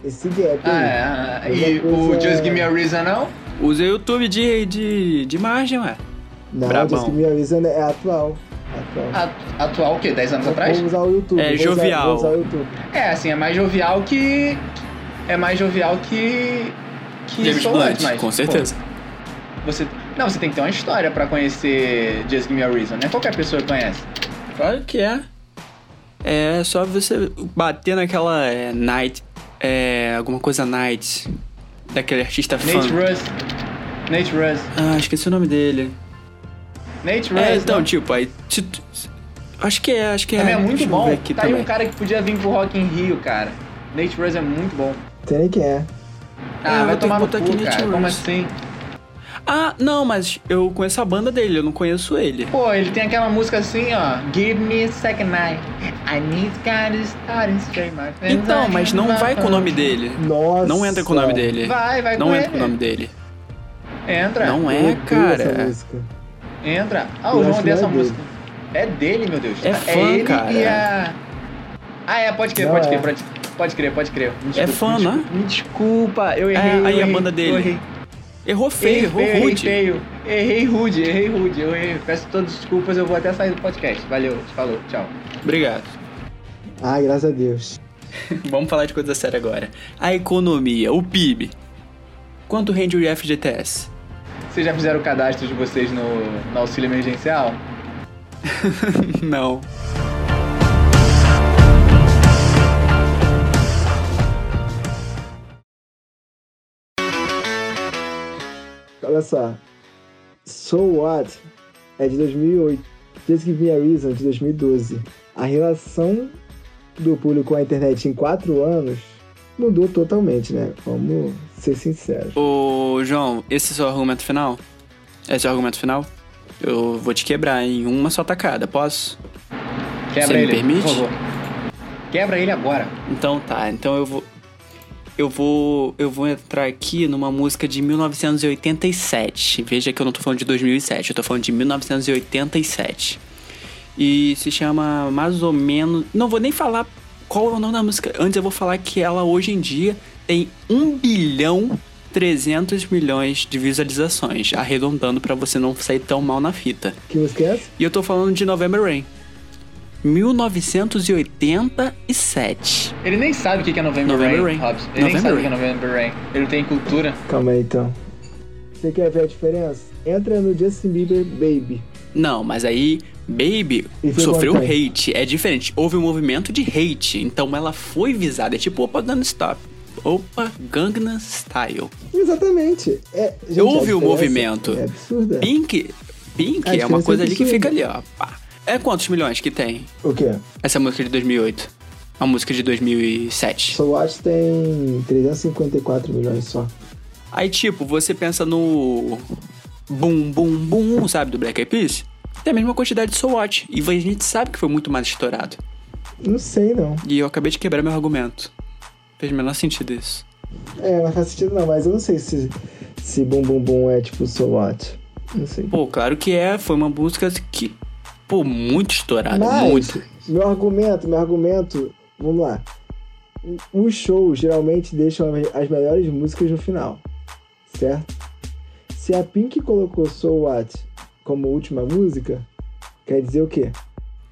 Esse gap Ah, aí. é, ah, e o Just Give Me a Reason não? Usa o YouTube de, de, de margem, ué. Não, brabão. Just Give Me a Reason é atual. É atual. A- Atual o quê? 10 anos Ah, tá atrás? Vamos usar o YouTube. É vou usar- jovial. vou usar o YouTube. É, assim, é mais jovial que. É mais jovial que. que James Soul Blunt, Watch, mas, com pô, certeza. você, não, você tem que ter uma história pra conhecer Just Give Me a Reason, né? Qualquer pessoa conhece. Claro que é. É só você bater naquela é, night. É, alguma coisa night. Daquele artista fã. Nate Russ. Nate Russ. Ah, esqueci o nome dele. Nate Russ. É, então, né? tipo, aí. se tu- acho que é, acho que é. Também é muito Deixa eu bom. ver aqui tá aí também. um cara que podia vir pro Rock in Rio, cara. Nate Russ é muito bom. Tem nem quem é. Ah, eu vai vou ter tomar que no botar cu, aqui Nate cara. Como Russ. assim? Ah, não, mas eu conheço a banda dele, eu não conheço ele. Pô, ele tem aquela música assim, ó. Give me a second night. I need kind of starting straight my friends Então, mas não vai com o nome dele. Nossa. Não entra com o nome dele. Vai, vai Não com entra ele. com o nome dele. Entra. Não Eu é, odeio Essa cara. música. Entra. Ah, Eu o acho nome que não dessa é dele. música. É dele, meu Deus. É fã, ele cara. e a. Ah, é, pode crer, Não pode é. crer, pode crer. Pode crer, pode crer. Me É desculpa, me fã, né? desculpa. Me desculpa, eu errei. É, eu aí a errei, banda dele. Eu errei. Errou feio, errou errei, rude. Errei feio. Errei rude, errei rude. Eu errei. Peço todas as desculpas, eu vou até sair do podcast. Valeu, te falou, tchau. Obrigado. Ah, graças a Deus. Vamos falar de coisa séria agora. A economia, o PIB. Quanto rende o FGTS? Vocês já fizeram o cadastro de vocês no, no auxílio emergencial? <laughs> Não. Olha só. So What é de 2008. Just Give Me a Reason, de 2012. A relação do público com a internet em quatro anos mudou totalmente, né? Vamos ser sinceros. Ô, João, esse é o seu argumento final? Esse é o argumento final? Eu vou te quebrar em uma só tacada, posso? Quebra Você me ele, permite? por favor. Quebra ele agora. Então tá, então eu vou. Eu vou. Eu vou entrar aqui numa música de 1987. Veja que eu não tô falando de 2007, eu tô falando de 1987. E se chama mais ou menos. Não vou nem falar qual é o nome da música. Antes eu vou falar que ela hoje em dia tem 1 bilhão 300 milhões de visualizações, arredondando pra você não sair tão mal na fita. Que música é essa? E eu tô falando de November Rain. 1987. Ele nem sabe o que que é November, November Rain, Rain. Hobbs. Ele nem November sabe o que é Rain. November Rain. Ele não tem cultura. Calma aí, então. Você quer ver a diferença? Entra no Justin Bieber Baby. Não, mas aí Baby E foi sofreu vontade. hate. É diferente. Houve um movimento de hate. Então ela foi visada. É tipo Opa Gangnam Style. Opa Gangnam Style. Exatamente. É, gente, a Houve o diferença movimento. É absurda. Pink, Pink A é uma diferença coisa é ali que absurda. fica ali, ó. Pá. É quantos milhões que tem O quê? essa música de 2008? A música de 2007. So What tem 354 milhões só. Aí, tipo, você pensa no. Bum, bum, bum, sabe, do Black Eyed Peas? Tem a mesma quantidade de SWAT. E a gente sabe que foi muito mais estourado. Não sei, não. E eu acabei de quebrar meu argumento. Fez o menor sentido isso. É, não faz sentido não, mas eu não sei se, se Bum Bum Bum é tipo So What. Não sei. Pô, claro que é, foi uma música que. Pô, muito estourada, Mas, muito. meu argumento, meu argumento, vamos lá. Os shows geralmente deixam as melhores músicas no final, certo? Se a Pink colocou So What como última música, quer dizer o quê?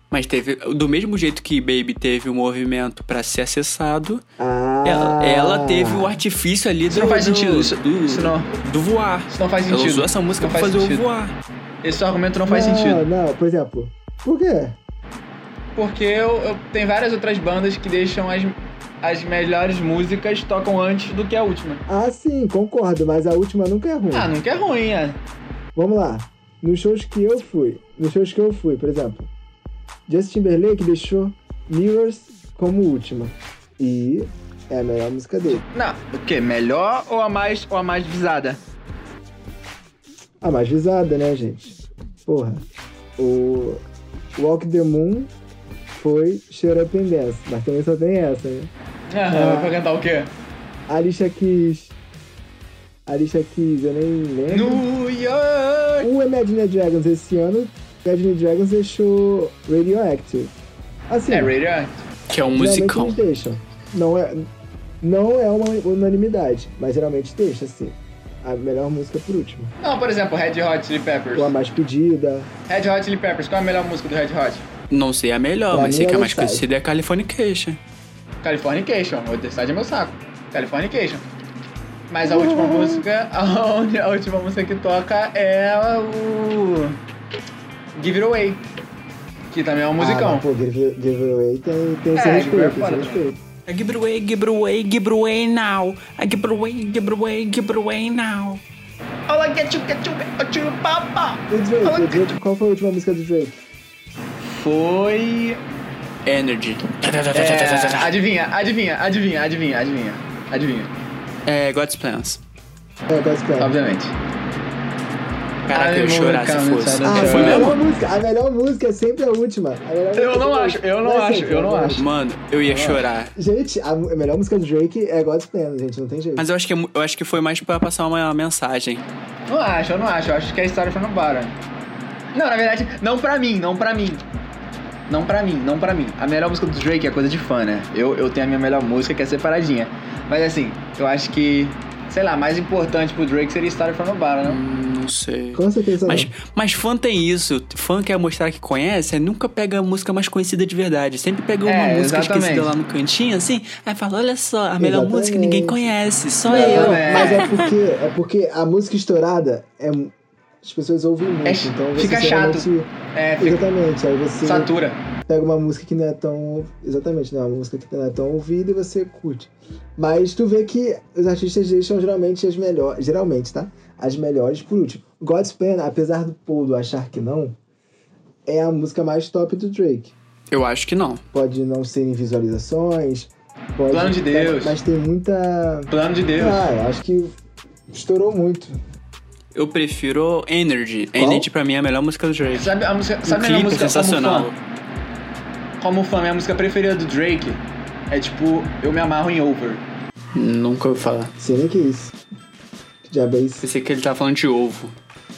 Mas teve. Do mesmo jeito que Baby teve o movimento pra ser acessado, Ah, ela, ela teve o artifício ali Isso do. não faz do- sentido. Isso, do, isso não, do voar. isso não faz Ela sentido. usou essa música Não pra faz fazer sentido. o voar. Esse argumento não faz não, sentido. Não, por exemplo. Por quê? Porque eu, eu- tem várias outras bandas que deixam as, as melhores músicas tocam antes do que a última. Ah, sim, concordo, mas a última nunca é ruim. Ah, nunca é ruim, é. Vamos lá. Nos shows que eu fui, nos shows que eu fui, por exemplo, Justin Timberlake deixou Mirrors como última. E é a melhor música dele. Não, o quê? Melhor ou a mais ou a mais visada? A mais visada, né, gente? Porra. O Walk the Moon foi Shut Up and Dance, mas também só tem essa, né? Ah, vai cantar o quê? Alicia Keys. Alicia Keys, eu nem lembro. New York! O Imagine Dragons esse ano, Imagine Dragons deixou Radioactive. Assim, É, Radio. Que é um Geralmente musicão. Eles deixam. Não é, não é uma unanimidade, mas geralmente deixa, assim. A melhor música por último. Não, por exemplo, Red Hot Chili Peppers. Ou a mais pedida. Red Hot Chili Peppers, qual é a melhor música do Red Hot? Não sei a melhor, Pra mas mim, sei que a ela mais sai. conhecida é a Californication. Californication, Other Side é meu saco. Californication. Mas a última música, <laughs> a, un- a última música que toca é o Give It Away, que também é um Ah, musicão. mas, pô, Give, Give Away tem, tem É, seu Give It Away respeito, tem é seu foda respeito. I give it away, give it away, give it away now. É I give it away, give it away, give it away now. All I get you, get you, get you, papa. E o Drake, o Drake, qual foi a última música do Drake? Foi. Energy. É, adivinha, adivinha, adivinha, adivinha, adivinha, adivinha. É, God's Plans. É, Tá Gospel. Obviamente. Caraca, eu ia I'm chorar se overcome, fosse. sabe? Ah, É, Foi a mesmo? melhor música, a melhor música é sempre a última. A melhor música Eu não é acho, sempre a eu não última. Vai acho, sempre, eu não vai acho. Mano, eu ia chorar. Gente, a, a melhor música do Drake é Gospel, gente, não tem jeito. Mas eu acho que, é mu- eu acho que foi mais pra passar uma mensagem. Não acho, eu não acho. Eu acho que é a história foi no Baron. Não, na verdade, não pra mim, não pra mim. Não pra mim, não pra mim. A melhor música do Drake é coisa de fã, né? Eu, eu tenho a minha melhor música, que é separadinha. Mas assim, eu acho que, sei lá, mais importante pro Drake seria Starry from the Bottom, né? Hum, Não sei. Com certeza Mas, não. mas fã tem isso. Fã quer mostrar que conhece, aí nunca pega a música mais conhecida de verdade. Sempre pega uma É, música exatamente. esquecida lá no cantinho, assim, aí fala: olha só, a melhor Exatamente. música que ninguém conhece, só Não, eu. é. Mas é porque, é porque a música estourada é. mu- As pessoas ouvem muito, É, então você fica geralmente- É, fica, Exatamente, aí você satura. pega uma música que não é tão. Exatamente, né? Uma música que não é tão ouvida e você curte. Mas tu vê que os artistas deixam geralmente as melhores. Geralmente, tá? As melhores por último. Godspell, apesar do Poldo achar que não, é a música mais top do Drake. Eu acho que não. Pode não ser em visualizações. Pode, Plano de Deus. Mas tem muita. Plano de Deus. Ah, eu acho que estourou muito. Eu prefiro Energy. Qual? Energy pra mim é a melhor música do Drake. Sabe a música, O sabe a minha clipe é música sensacional. como fã? Como fã, minha música preferida do Drake é tipo, eu me amarro em Over. Nunca ouvi falar. Sei nem que é isso. Que diabo é isso? Pensei que ele tava falando de ovo.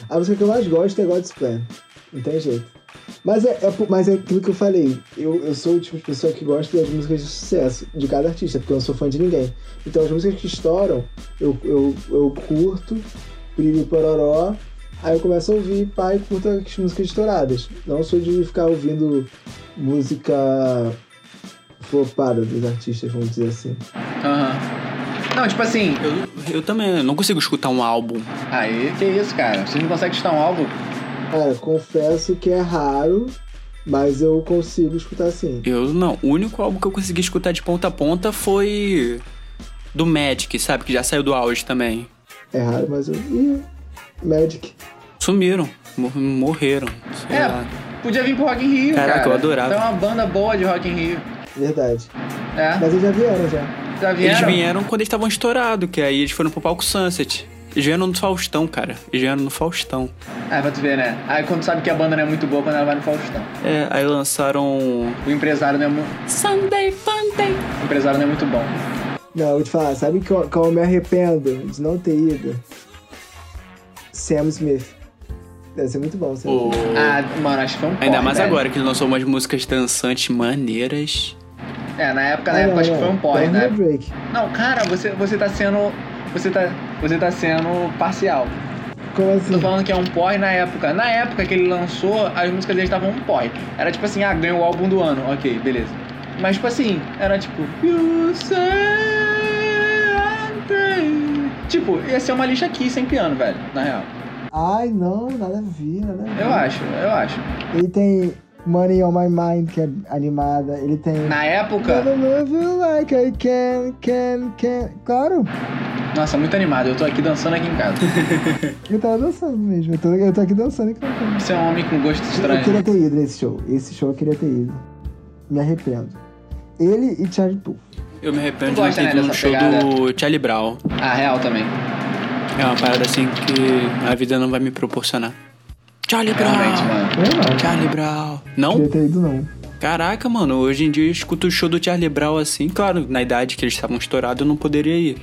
A música que eu mais gosto é God's Plan. Não tem jeito. Mas é, é por- mas é aquilo que eu falei. Eu, eu sou o tipo de pessoa que gosta das músicas de sucesso de cada artista, porque eu não sou fã de ninguém. Então as músicas que estouram, eu, eu, eu curto, brilho pororó, aí eu começo a ouvir, pai, curto as músicas estouradas. Não sou de ficar ouvindo música flopada dos artistas, vamos dizer assim. Aham. Não, tipo assim, Eu, eu também não consigo escutar um álbum. aí que isso, cara. Vocês não conseguem estar um álbum? Cara, confesso que é raro, mas eu consigo escutar sim. Eu não. O único álbum que eu consegui escutar de ponta a ponta foi. Do Magic, sabe? Que já saiu do auge também. É raro, mas eu. Ih, Magic. Sumiram. mor- Morreram. sei É, lá. Podia vir pro Rock in Rio, Caraca, cara. eu adorava. Tem uma banda boa de Rock in Rio. Verdade. É, Mas eles já vieram já. já Eles vieram? vieram quando eles estavam estourados, que aí eles foram pro palco Sunset. Eles vieram no Faustão, cara. Eles vieram no Faustão. Ah, pra tu ver, né? Aí quando tu sabe que a banda não é muito boa, quando ela vai no Faustão. É, aí lançaram. O empresário não é, mu... Sunday fun day. o empresário não é muito bom. Não, eu vou te falar, sabe que eu, que eu me arrependo de não ter ido? Sam Smith. Deve ser muito bom, Sam o- Smith. Ah, mano, acho que foi um porre, Ainda mais velho. agora que ele lançou umas músicas dançantes maneiras. É, na época, na Ah, época não, acho que não. foi um porre, Porra né? é Drake. Não, cara, você, você tá sendo. Você tá. Você tá sendo parcial. Como assim? Tô falando que é um porre na época. Na época que ele lançou, as músicas dele estavam um porre. Era tipo assim, ah, ganhou o álbum do ano. Ok, beleza. Mas tipo assim, era tipo. You say I'm crazy. Tipo, ia ser uma lixa aqui sem piano, velho. Na real. Ai, não, nada a ver, nada a ver. Eu acho, eu acho. Ele tem Money on My Mind, que é animada. Ele tem. Na época. Gotta love you like I can, can, can. Claro, Nossa, muito animado. Eu tô aqui dançando aqui em casa. eu tava dançando mesmo. Eu tô, eu tô aqui dançando e cantando. Você é um homem com gosto Eu queria estranho. ter ido nesse show. Esse show eu queria ter ido. Me arrependo. Ele e Charlie Puth. Eu me Tu arrependo de não gosta, ter né, ido no dessa show pegada? do Charlie Brown. Ah, real também. É uma parada assim que a vida não vai me proporcionar. Charlie Realmente, né? Brown! mano. Eu não. Charlie Brown! Não? Queria ter ido, não. Caraca, mano, hoje em dia eu escuto o show do Charlie Brown assim. Claro, na idade que eles estavam estourados eu não poderia ir.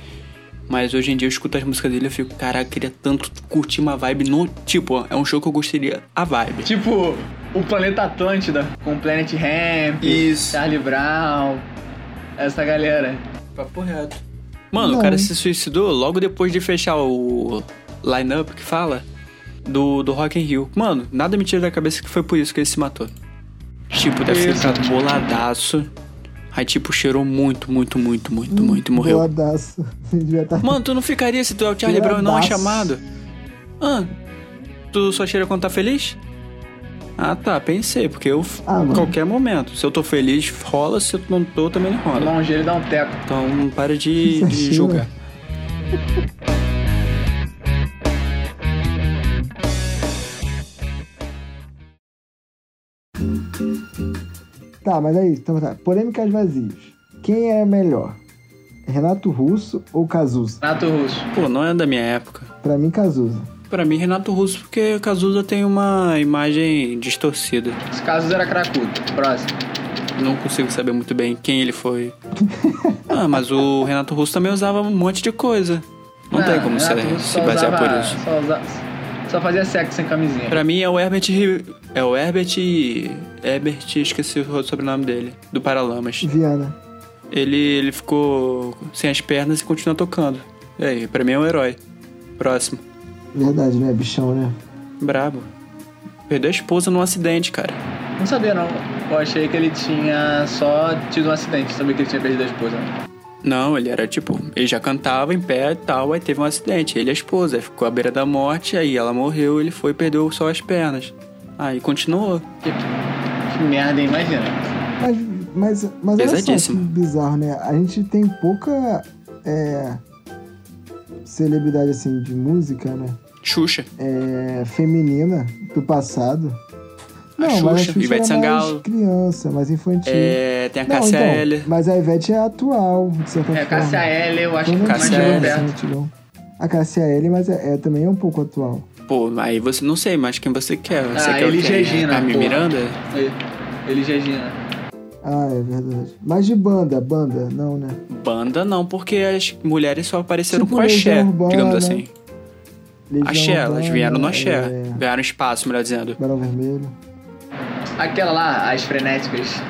Mas hoje em dia eu escuto as músicas dele e eu fico, caraca, eu queria tanto curtir uma vibe no. Tipo, ó, é um show que eu gostaria a vibe. Tipo, o Planeta Atlântida, com Planet Hemp, Isso. Charlie Brown, essa galera. Papo reto. Mano, o cara se suicidou logo depois de fechar o line-up que fala do, do Rock in Rio. Mano, nada me tira da cabeça que foi por isso que ele se matou. Tipo, deve ter Isso. ficado boladaço. Aí, tipo, cheirou muito, muito, muito, muito, muito e morreu. <laughs> Boladaço. Devia tá- estar. Mano, tu não ficaria se tu é o Charlie Brown e não é Cheiradaço. chamado? Ah, tu só cheira quando tá feliz? Ah, tá, pensei, porque eu... Ah, mano. qualquer momento. Se eu tô feliz, rola. Se eu não tô, também não rola. Dá um gelo e dá um teco. Então não para de, Isso é de China. julgar. Tá, mas aí, então tá. Polêmicas vazios. Quem é melhor? Renato Russo ou Cazuza? Nato Russo. Pô, não é da minha época. Pra mim, Cazuza. Pra mim, Renato Russo, porque Cazuza tem uma imagem distorcida. Esse caso era cracudo. Próximo. Não consigo saber muito bem quem ele <laughs> foi. ah, mas o Renato Russo também usava um monte de coisa. Não tem como Renato se, Ah, Russo se só basear usava- por isso. Só, usa- Só fazia sexo sem camisinha. Pra mim é o Herbert. Ri- É o Herbert. Herbert, esqueci o sobrenome dele. Do Paralamas. Viana. Ele, ele ficou sem as pernas e continua tocando. E aí, pra mim é um herói. Próximo. Verdade, né? Bichão, né? Brabo. Perdeu a esposa num acidente, cara. Não sabia, não. Eu achei que ele tinha só tido um acidente. Sabia que ele tinha perdido a esposa. Não, ele era tipo. Ele já cantava em pé e tal, aí teve um acidente. Ele e a esposa. Aí ficou à beira da morte, aí ela morreu, ele foi e perdeu só as pernas. Aí continuou. Que merda, hein? Imagina. Mas, mas, mas olha só que Pesadíssimo. bizarro, né? A gente tem pouca é, celebridade assim de música, né? Xuxa. É, feminina do passado. A mas Xuxa, Ivete era mais Sangalo. criança, mais infantil. É, tem a Não, Cássia então, Eller. Mas a Ivete é atual, de certa É, forma. Cássia L, eu acho que é Então, mais Cássia chegou Eller. perto. antigão. A Cássia L, mas é, é também um pouco atual. Pô, aí você não sei mais quem você quer. Você Ah, quer o Elis quê? Regina, Carmen porra. Miranda? Ele Regina. Ah, é verdade. Mas de banda, banda, não, né? Banda não, porque as mulheres só apareceram Tipo com axé, Legião Urbana. digamos assim. Legião Axé, elas Urbana, vieram no axé. é, Ganharam espaço, melhor dizendo. Barão Vermelho. Aquela lá, as frenéticas.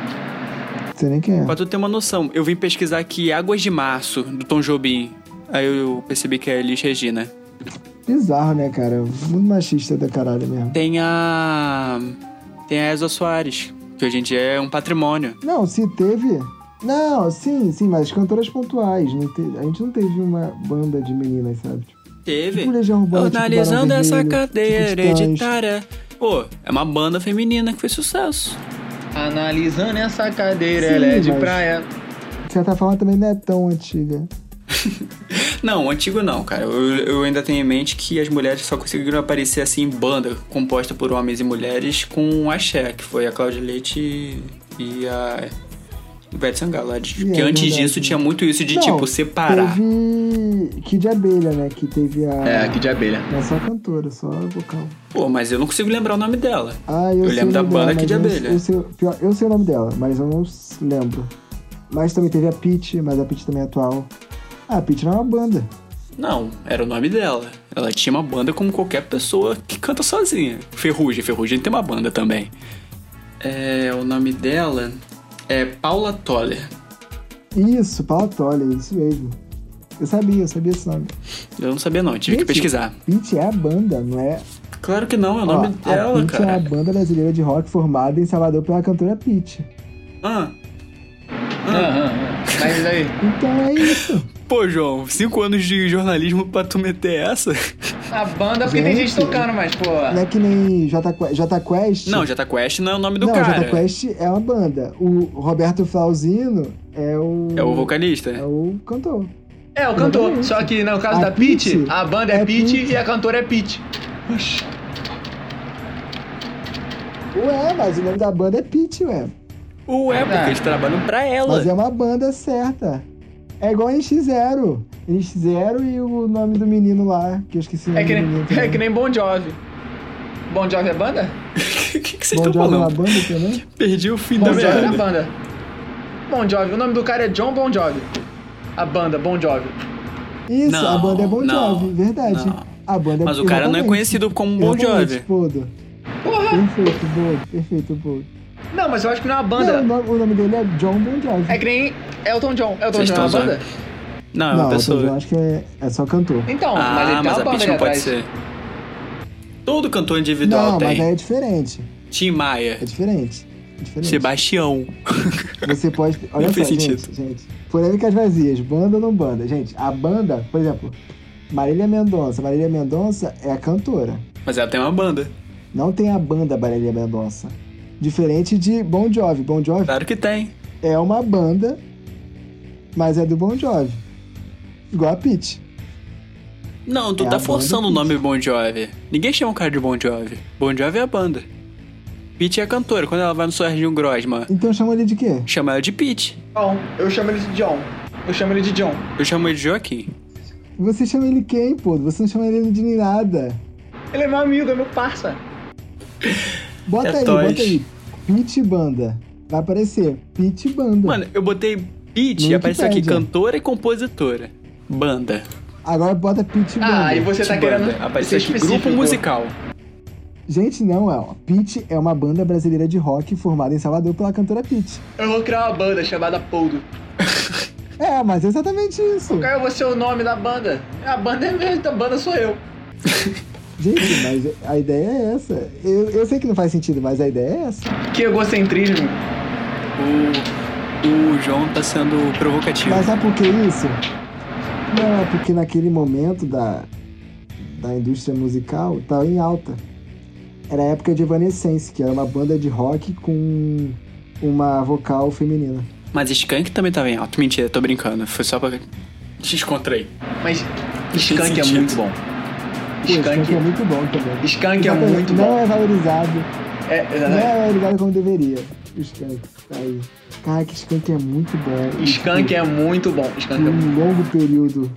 Não sei nem quem é. Pra tu ter uma noção, eu vim pesquisar aqui Águas de Março, do Tom Jobim. Aí eu percebi que é Elis Regina. Bizarro, né, cara? Muito machista da caralho mesmo. Tem a. Tem a Elza Soares, que hoje em dia é um patrimônio. Não, se teve. Não, sim, sim, mas cantoras pontuais. Não te- A gente não teve uma banda de meninas, sabe? Tipo, Teve. tipo Legião Urbana, tipo Barão Analisando essa Vermelho, cadeia tipo Titãs. hereditária. Pô, é uma banda feminina que fez sucesso. Analisando essa cadeira, Sim, ela é de mas- praia. De certa forma também não é tão antiga. Não, antigo não, cara. Eu, eu ainda tenho em mente que as mulheres só conseguiram aparecer assim em banda, composta por homens e mulheres, com a axé, que foi a Cláudia Leite e a Ivete Sangalo. Porque é antes verdade. disso tinha muito isso de, Não, tipo, separar. Teve Kid Abelha, né? Que teve a. É, aqui de abelha. Não só cantora, só vocal. Pô, mas eu não consigo lembrar o nome dela. Ah, eu, Eu sei lembro o da nome banda dela, Kid mas eu- Abelha. Eu, sei, pior, eu sei o nome dela, mas eu não s- lembro. Mas também teve a Peach, mas a Peach também é atual. Ah, a Peach não é uma banda. Não, era o nome dela. Ela tinha uma banda como qualquer pessoa que canta sozinha. Ferrugem, Ferrugem tem uma banda também. É, o nome dela é Paula Toller. Isso, Paula Toller, isso mesmo. Eu sabia, eu sabia esse nome. Eu não sabia não, tive que Gente, pesquisar. Peach é a banda, não é? Claro que não, é o Ó, nome a dela, Peach é a cara. banda brasileira de rock formada em Salvador pela cantora Peach. Ah, Aham, aham. Ah, Mas aí, Então <laughs> é isso. pô, João, cinco anos de jornalismo pra tu meter essa? a banda porque tem gente Gente. tocando, mas, pô. Não é que nem J, Que- J Quest. <laughs> Não, Jota Quest não é o nome do não, cara. Jota Quest é uma banda. O Roberto Flauzino é o. É o vocalista. É o cantor. É, o cantor. Exatamente. Só que no caso A da Pete, Pitty a banda é, é Pete Pitty. e a cantora é Pete. Ué, mas o nome da banda é Pete, ué. Ué, porque Ah. eles trabalham pra ela. Mas é uma banda certa. É igual a NX0. NX0 e o nome do menino lá, que eu esqueci o nome É que, do menino. nem, é que nem Bon Jovi. Bon Jovi é banda? O <laughs> que, que vocês Bom estão Jovi é uma falando? banda também? Perdi o fim da Bon Jovi é a merda. banda. Bon Jovi. O nome do cara é John Bon Jovi. A banda, Bon Jovi. Isso, Não, a banda é Bon não, Jovi, verdade. não. A banda é Mas o cara não é exatamente. conhecido como Bon Exatamente, Jovi. Bodo. Porra! Perfeito, Bodo. Perfeito, Bodo. Não, mas eu acho que não é uma Não, banda. o nome- o nome dele é John Bon Jovi. É que nem Elton John. Elton Vocês John é uma estão banda? zoando. Não, é não, uma pessoa. eu acho que é, é só cantor. Então, mas ele Ah, tem mas uma a banda Pitty ali não atrás. pode ser. Todo cantor individual Não, mas tem. aí é diferente. Tim Maia, É diferente. É diferente. Sebastião. Você pode. Olha fez só, gente, sentido. gente. Polêmicas vazias, banda ou não banda? Gente, a banda, por exemplo, Marília Mendonça. Marília Mendonça é a cantora. Mas ela tem uma banda. Não tem a banda Marília Mendonça. Diferente de Bon Jovi. Bon Jovi Claro que tem. é uma banda, mas é do Bon Jovi. Igual a Pitty. Não, tu É a tá banda forçando o Pitty. nome Bon Jovi. Ninguém chama o cara de Bon Jovi. Bon Jovi é a banda. Pete é a cantora. Quando ela vai no Serginho Grossman, Então chama ele de quê? chama ela de Pete. John. Eu chamo ele de John. Eu chamo ele de John. Eu chamo ele de Joaquim. Você chama ele quem, pô? Você não chama ele de nada. Ele é meu amigo, é meu parça. Bota É aí, tos. bota aí. Pitty Banda. Vai aparecer. Pitty Banda. Mano, eu botei Pete No e apareceu aqui Wikipedia. cantora e compositora. Banda. Tipo Agora bota Pit Ah, Banda. aí você tá querendo. Banda. Apareceu ser aqui, é específico. grupo musical. Gente, não, El. Pit é uma banda brasileira de rock formada em Salvador pela cantora Pit. Eu vou criar uma banda chamada Poldo. É, mas é exatamente isso. Qual vai ser o nome da banda? A banda é mesmo, a banda sou eu. Gente, mas a ideia é essa. Eu, eu sei que não faz sentido, mas a ideia é essa. Que egocentrismo. O, o João tá sendo provocativo. Mas sabe por que isso? Não, é porque naquele momento da, da indústria musical tava em alta. Era a época de Evanescence, que era uma banda de rock com uma vocal feminina. Mas Skank também tava em alto. Mentira, tô brincando. Foi só pra. Descontrei. Mas Skank é sentido. muito bom. Pô, Skank é Skank, muito bom também. Skank é Exatamente, muito não bom. é valorizado. É, Não exatamente. é valorizado como deveria. O Skank tá aí. Caraca, Skank é muito bom. Skank E, é muito bom. Skank tipo, é muito um longo período.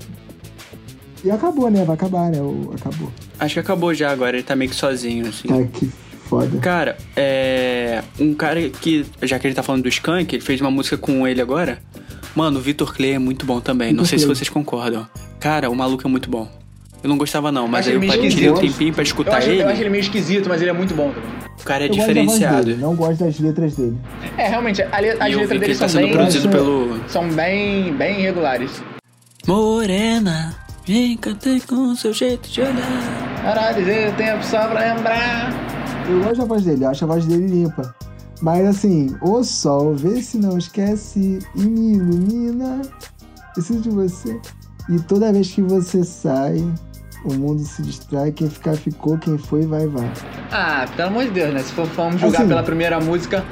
E acabou, né? Vai acabar, né? O- Acabou. Acho que acabou já agora, ele tá meio que sozinho, assim. Cara, que foda. Cara, é. Um cara que, já que ele tá falando do Skank, ele fez uma música com ele agora. Mano, o Vitor Clay é muito bom também. Não Vitor sei se Clay. vocês concordam. Cara, o maluco é muito bom. Eu não gostava, não, mas Acho aí eu ele meio parei de ter um esquisito. tempinho pra Eu escutar acho, eu acho ele. ele meio esquisito, mas ele é muito bom também. O cara é Eu gosto da voz diferenciado. dele, não gosto das letras dele. É, realmente, a le- as E eu vi letras que ele dele são tá sendo bem, produzido Eu acho- pelo. são bem, bem regulares. Morena, me encantei com seu jeito de olhar. Caralho, eu tenho só pra lembrar. Eu gosto da voz dele, eu acho a voz dele limpa. Mas assim, o sol, vê se não esquece e me ilumina. Preciso de você. E toda vez que você sai, o mundo se distrai. Quem ficar, ficou. Quem foi, vai, vai. Ah, pelo amor de Deus, né? Se for, formos julgar Assim. pela primeira música,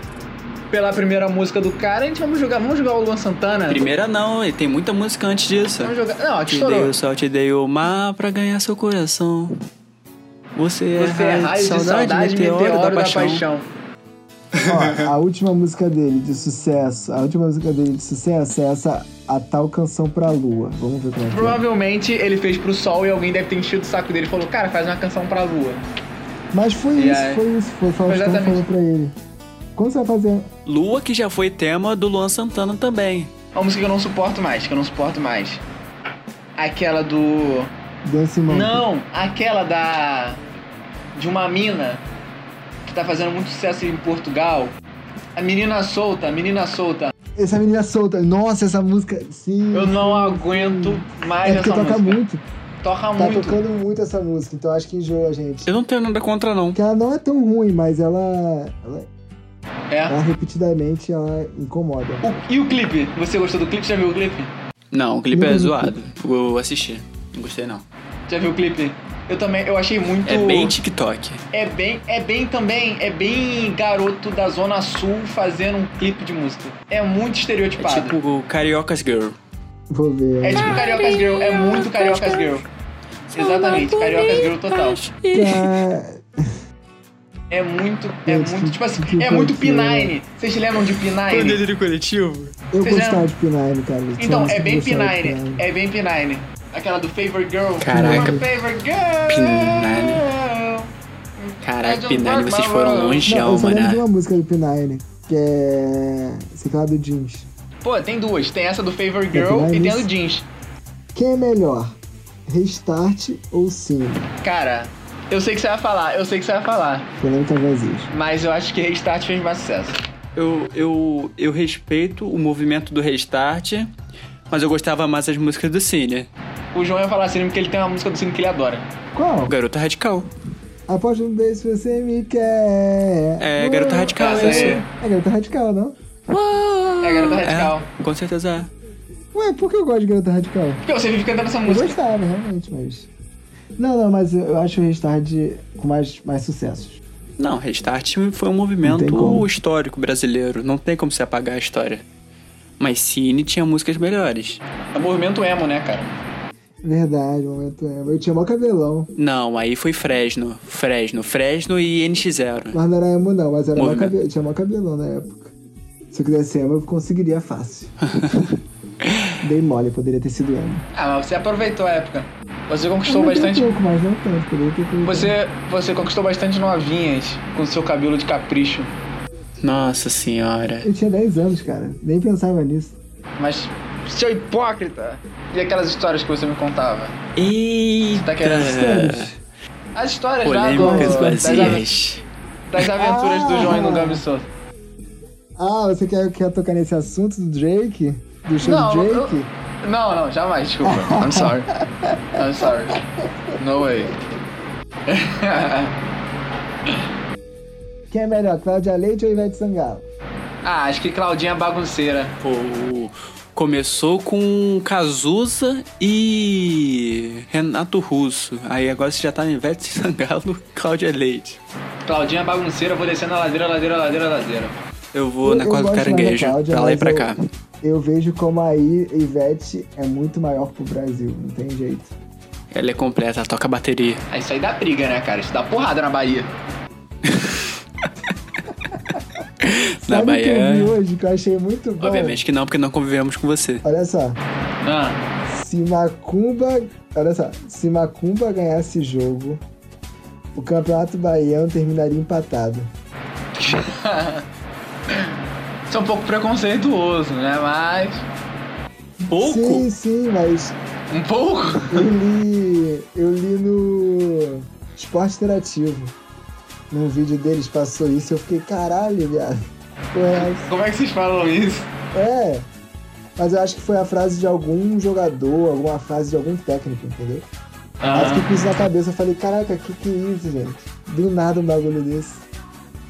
pela primeira música do cara, a gente vamos julgar, vamos julgar o Luan Santana. Primeira não, ele tem muita música antes disso. Vamos jogar. Não, aqui Te dei estourou. o sol, te dei o mar pra ganhar seu coração. Você, Você é raio de saudade, meteoro, da, paixão. Ó, a <laughs> última música dele de sucesso, a última música dele de sucesso é essa, a tal canção pra lua. Vamos ver como é que é. Provavelmente ele fez pro sol e alguém deve ter enchido o saco dele e falou: Cara, faz uma canção pra lua. Mas foi E isso, aí? foi isso. Foi o Faustão Exatamente. falou pra ele. Quando você vai fazer Lua, que já foi tema do Luan Santana também. É Uma música que eu não suporto mais, que eu não suporto mais. Aquela do. Dance Monkey? Não, aquela da. De uma mina que tá fazendo muito sucesso em Portugal. A menina solta, a menina solta. Essa menina é solta. Nossa, essa música. Sim. Eu não aguento mais é porque essa toca música. muito. Toca Tá muito. tocando muito essa música, então acho que enjoa a gente. Eu não tenho nada contra, não. Porque ela não é tão ruim, mas ela. Ela, É. ela repetidamente ela incomoda. O- e o clipe? Você gostou do clipe? Já viu o clipe? Não, o clipe é Não. zoado. Eu assisti. Não gostei, não. Já viu o clipe? Eu também, eu achei muito. É bem TikTok. É bem, é bem também, é bem garoto da Zona Sul fazendo um clipe de música. É muito É estereotipado. tipo o Carioca's Girl. Vou ver. É tipo Carioca's Girl, é muito Carioca's Girl. Exatamente, Carioca's Girl total. Cara, É muito, é Gente, muito, tipo assim, que é muito doideira. né? P9. Vocês lembram de P9? coletivo? eu Vocês gostava de P9, cara. Então, Nossa, é eu bem gostava de P9, é bem P9. Aquela do Favorite Girl. né? Caraca. Your Favorite Girl. P9. Caraca, Pinani, vocês foram é longe, Não, eu só alma, lembro é um né? de uma música do P9, que é. Sei que lá do jeans. Pô, tem duas. Tem essa do É Favorite Girl P9 e tem a do isso. Jeans. Quem é melhor? Restart ou Sim? Cara, eu sei que você vai falar, eu sei que você vai falar. Fernando tá vazio. Mas eu acho que Restart fez mais sucesso. Eu, eu, eu respeito o movimento do restart, mas eu gostava mais das músicas do Cine. O João ia falar assim porque ele tem uma música do Cine que ele adora. Qual? Garota Radical. Aposto um beijo se você me quer. É, Garota Radical, essa aí. é. É garota radical, não? É garota radical. É, com certeza é. Ué, por que eu gosto de garota radical? Porque você vive cantando essa Eu música. gostava, realmente, mas. Não, não, mas eu acho o Restart com mais, mais sucessos. Não, Restart foi um Não tem movimento como. histórico brasileiro. Não tem como se apagar a história. Mas Cine tinha músicas melhores. É movimento emo, né, cara? Verdade, momento é. Eu tinha mó cabelão, Não, aí foi Fresno. Fresno. Fresno e NX0. mas não era emo, não, mas era mó Movimento. cabe... eu tinha mó cabelão na época. Se eu quisesse ser emo, eu <laughs> conseguiria fácil. Dei mole, poderia ter sido emo. Ah, mas você aproveitou a época. Você conquistou Mas bastante. Um pouco, mas não tanto, poderia ter sido emo. Você, é- você conquistou bastante novinhas com seu cabelo de capricho. Nossa senhora. Eu tinha 10 anos, cara, nem pensava nisso. Mas seu hipócrita! E aquelas histórias que você me contava? Eita! Tá querendo- Tá As histórias Polêmicas lá do, das, ave- vazias. das aventuras do João e do Gambi Souza. Ah, você quer, quer tocar nesse assunto do Drake? Do show Não, do eu- Drake? Não, não, jamais, desculpa. I'm sorry. I'm sorry. No way. <laughs> Quem é melhor, Cláudia Leite ou Ivete Sangalo? ah, acho que Claudinha é bagunceira. Pô, começou com Cazuza e Renato Russo. Aí agora você já tá no Ivete Sangalo, <laughs> Cláudia Leite. Claudinha é bagunceira, eu vou descendo a ladeira, ladeira, ladeira, ladeira. Eu vou Eu- na eu Costa do gosto mais da Caranguejo, Cláudia, pra lá e mas pra eu- cá. Eu vejo como a I- Ivete é muito maior pro Brasil, não tem jeito. Ela é completa, ela toca bateria. Ah, isso aí dá briga, né, cara? Isso dá porrada na Bahia. Na Sabe o que eu vi Bahia, hoje que eu achei muito bom? obviamente que não, porque não convivemos com você. Olha só, Ah, se Macumba. Olha só, se Macumba ganhasse jogo, o Campeonato Baiano terminaria empatado. isso é um pouco preconceituoso, né? Mas. Pouco? Sim, sim, mas Um pouco? <laughs> Eu li, eu li no Esporte Interativo. Num vídeo deles passou isso, eu fiquei, caralho, viado. Porra, é essa? Como é que vocês falam isso? É. Mas eu acho que foi a frase de algum jogador, alguma frase de algum técnico, entendeu? Aí eu Ah, fiquei com isso na cabeça, eu falei, caraca, que que é isso, gente? Do nada um bagulho desse.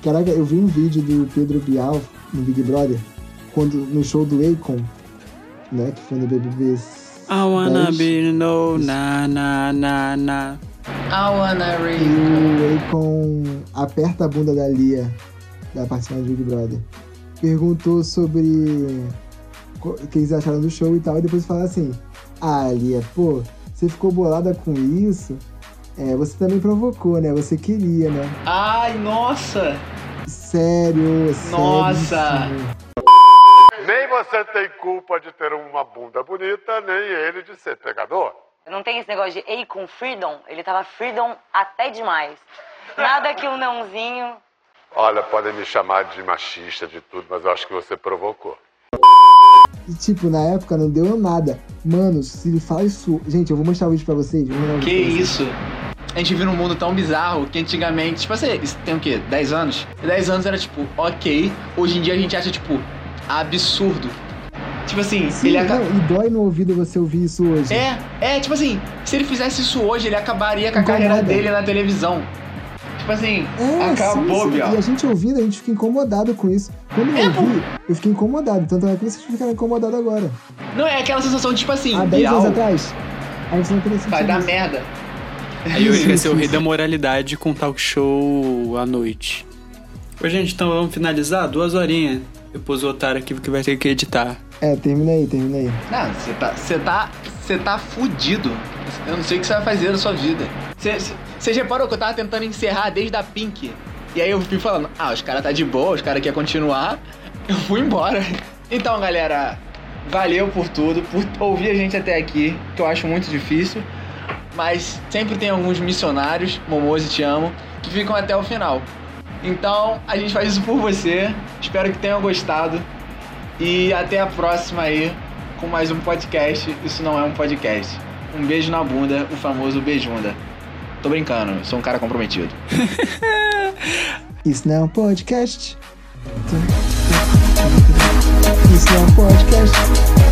Caraca, eu vi um vídeo do Pedro Bial no Big Brother, quando, no show do Akon, né? Que foi no BBB. I wanna 10. be no na na na na. Ah. I wanna E read. o Akon aperta a bunda da Lia, da participante do Big Brother. Perguntou sobre co- o que eles acharam do show e tal, e depois fala assim: Ah, Lia, pô, você ficou bolada com isso? É, você também provocou, né? Você queria, né? Ai, nossa! Sério, sério. Nossa! Nem você tem culpa de ter um- uma bunda bonita, nem ele de ser pegador. Não tem esse negócio de ei com freedom? Ele tava freedom até demais. Nada que um nãozinho. Olha, podem me chamar de machista, de tudo, mas eu acho que você provocou. E, tipo, na época não deu nada. Mano, se ele fala isso. Gente, eu vou mostrar o vídeo pra vocês. Vou mandar o Que vídeo pra vocês. isso? A gente vive num mundo tão bizarro que antigamente, tipo assim, isso tem o quê? 10 anos? 10 anos era tipo, ok. Hoje em dia a gente acha, tipo, absurdo. Tipo assim, Sim, ele não, acaba. E dói no ouvido você ouvir isso hoje. É, é, tipo assim, se ele fizesse isso hoje, ele acabaria com a Incomoda. carreira dele na televisão. Tipo assim, É, acabou, sim, sim. Bial. E a gente ouvindo, a gente fica incomodado com isso. Quando É, eu ouvi, eu fiquei incomodado. Tanto é que vocês ficaram incomodados agora. Não, é aquela sensação de tipo assim, Há 10 Bial, anos atrás, a gente não teria vai sentido dar isso. merda. Aí eu esqueci o rei da moralidade com talk show à noite. Ô, gente, então vamos finalizar? Duas horinhas. Depois o otário aqui que vai ter que editar. É, termina aí, termina aí. Não, você tá. Você tá. Você tá fudido. Eu não sei o que você vai fazer da sua vida. Você reparou que eu tava tentando encerrar desde a Pink. E aí eu fui falando, ah, os caras tá de boa, os caras querem continuar. <laughs> Eu fui embora. Então, galera, valeu por tudo, por ouvir a gente até aqui, que eu acho muito difícil. Mas sempre tem alguns missionários, Momose te amo, que ficam até o final. Então, a gente faz isso por você. Espero que tenham gostado. E até a próxima aí com mais um podcast. Isso não é um podcast. Um beijo na bunda, o famoso beijunda. Tô brincando, eu sou um cara comprometido. Isso não é um podcast. Isso não é um podcast.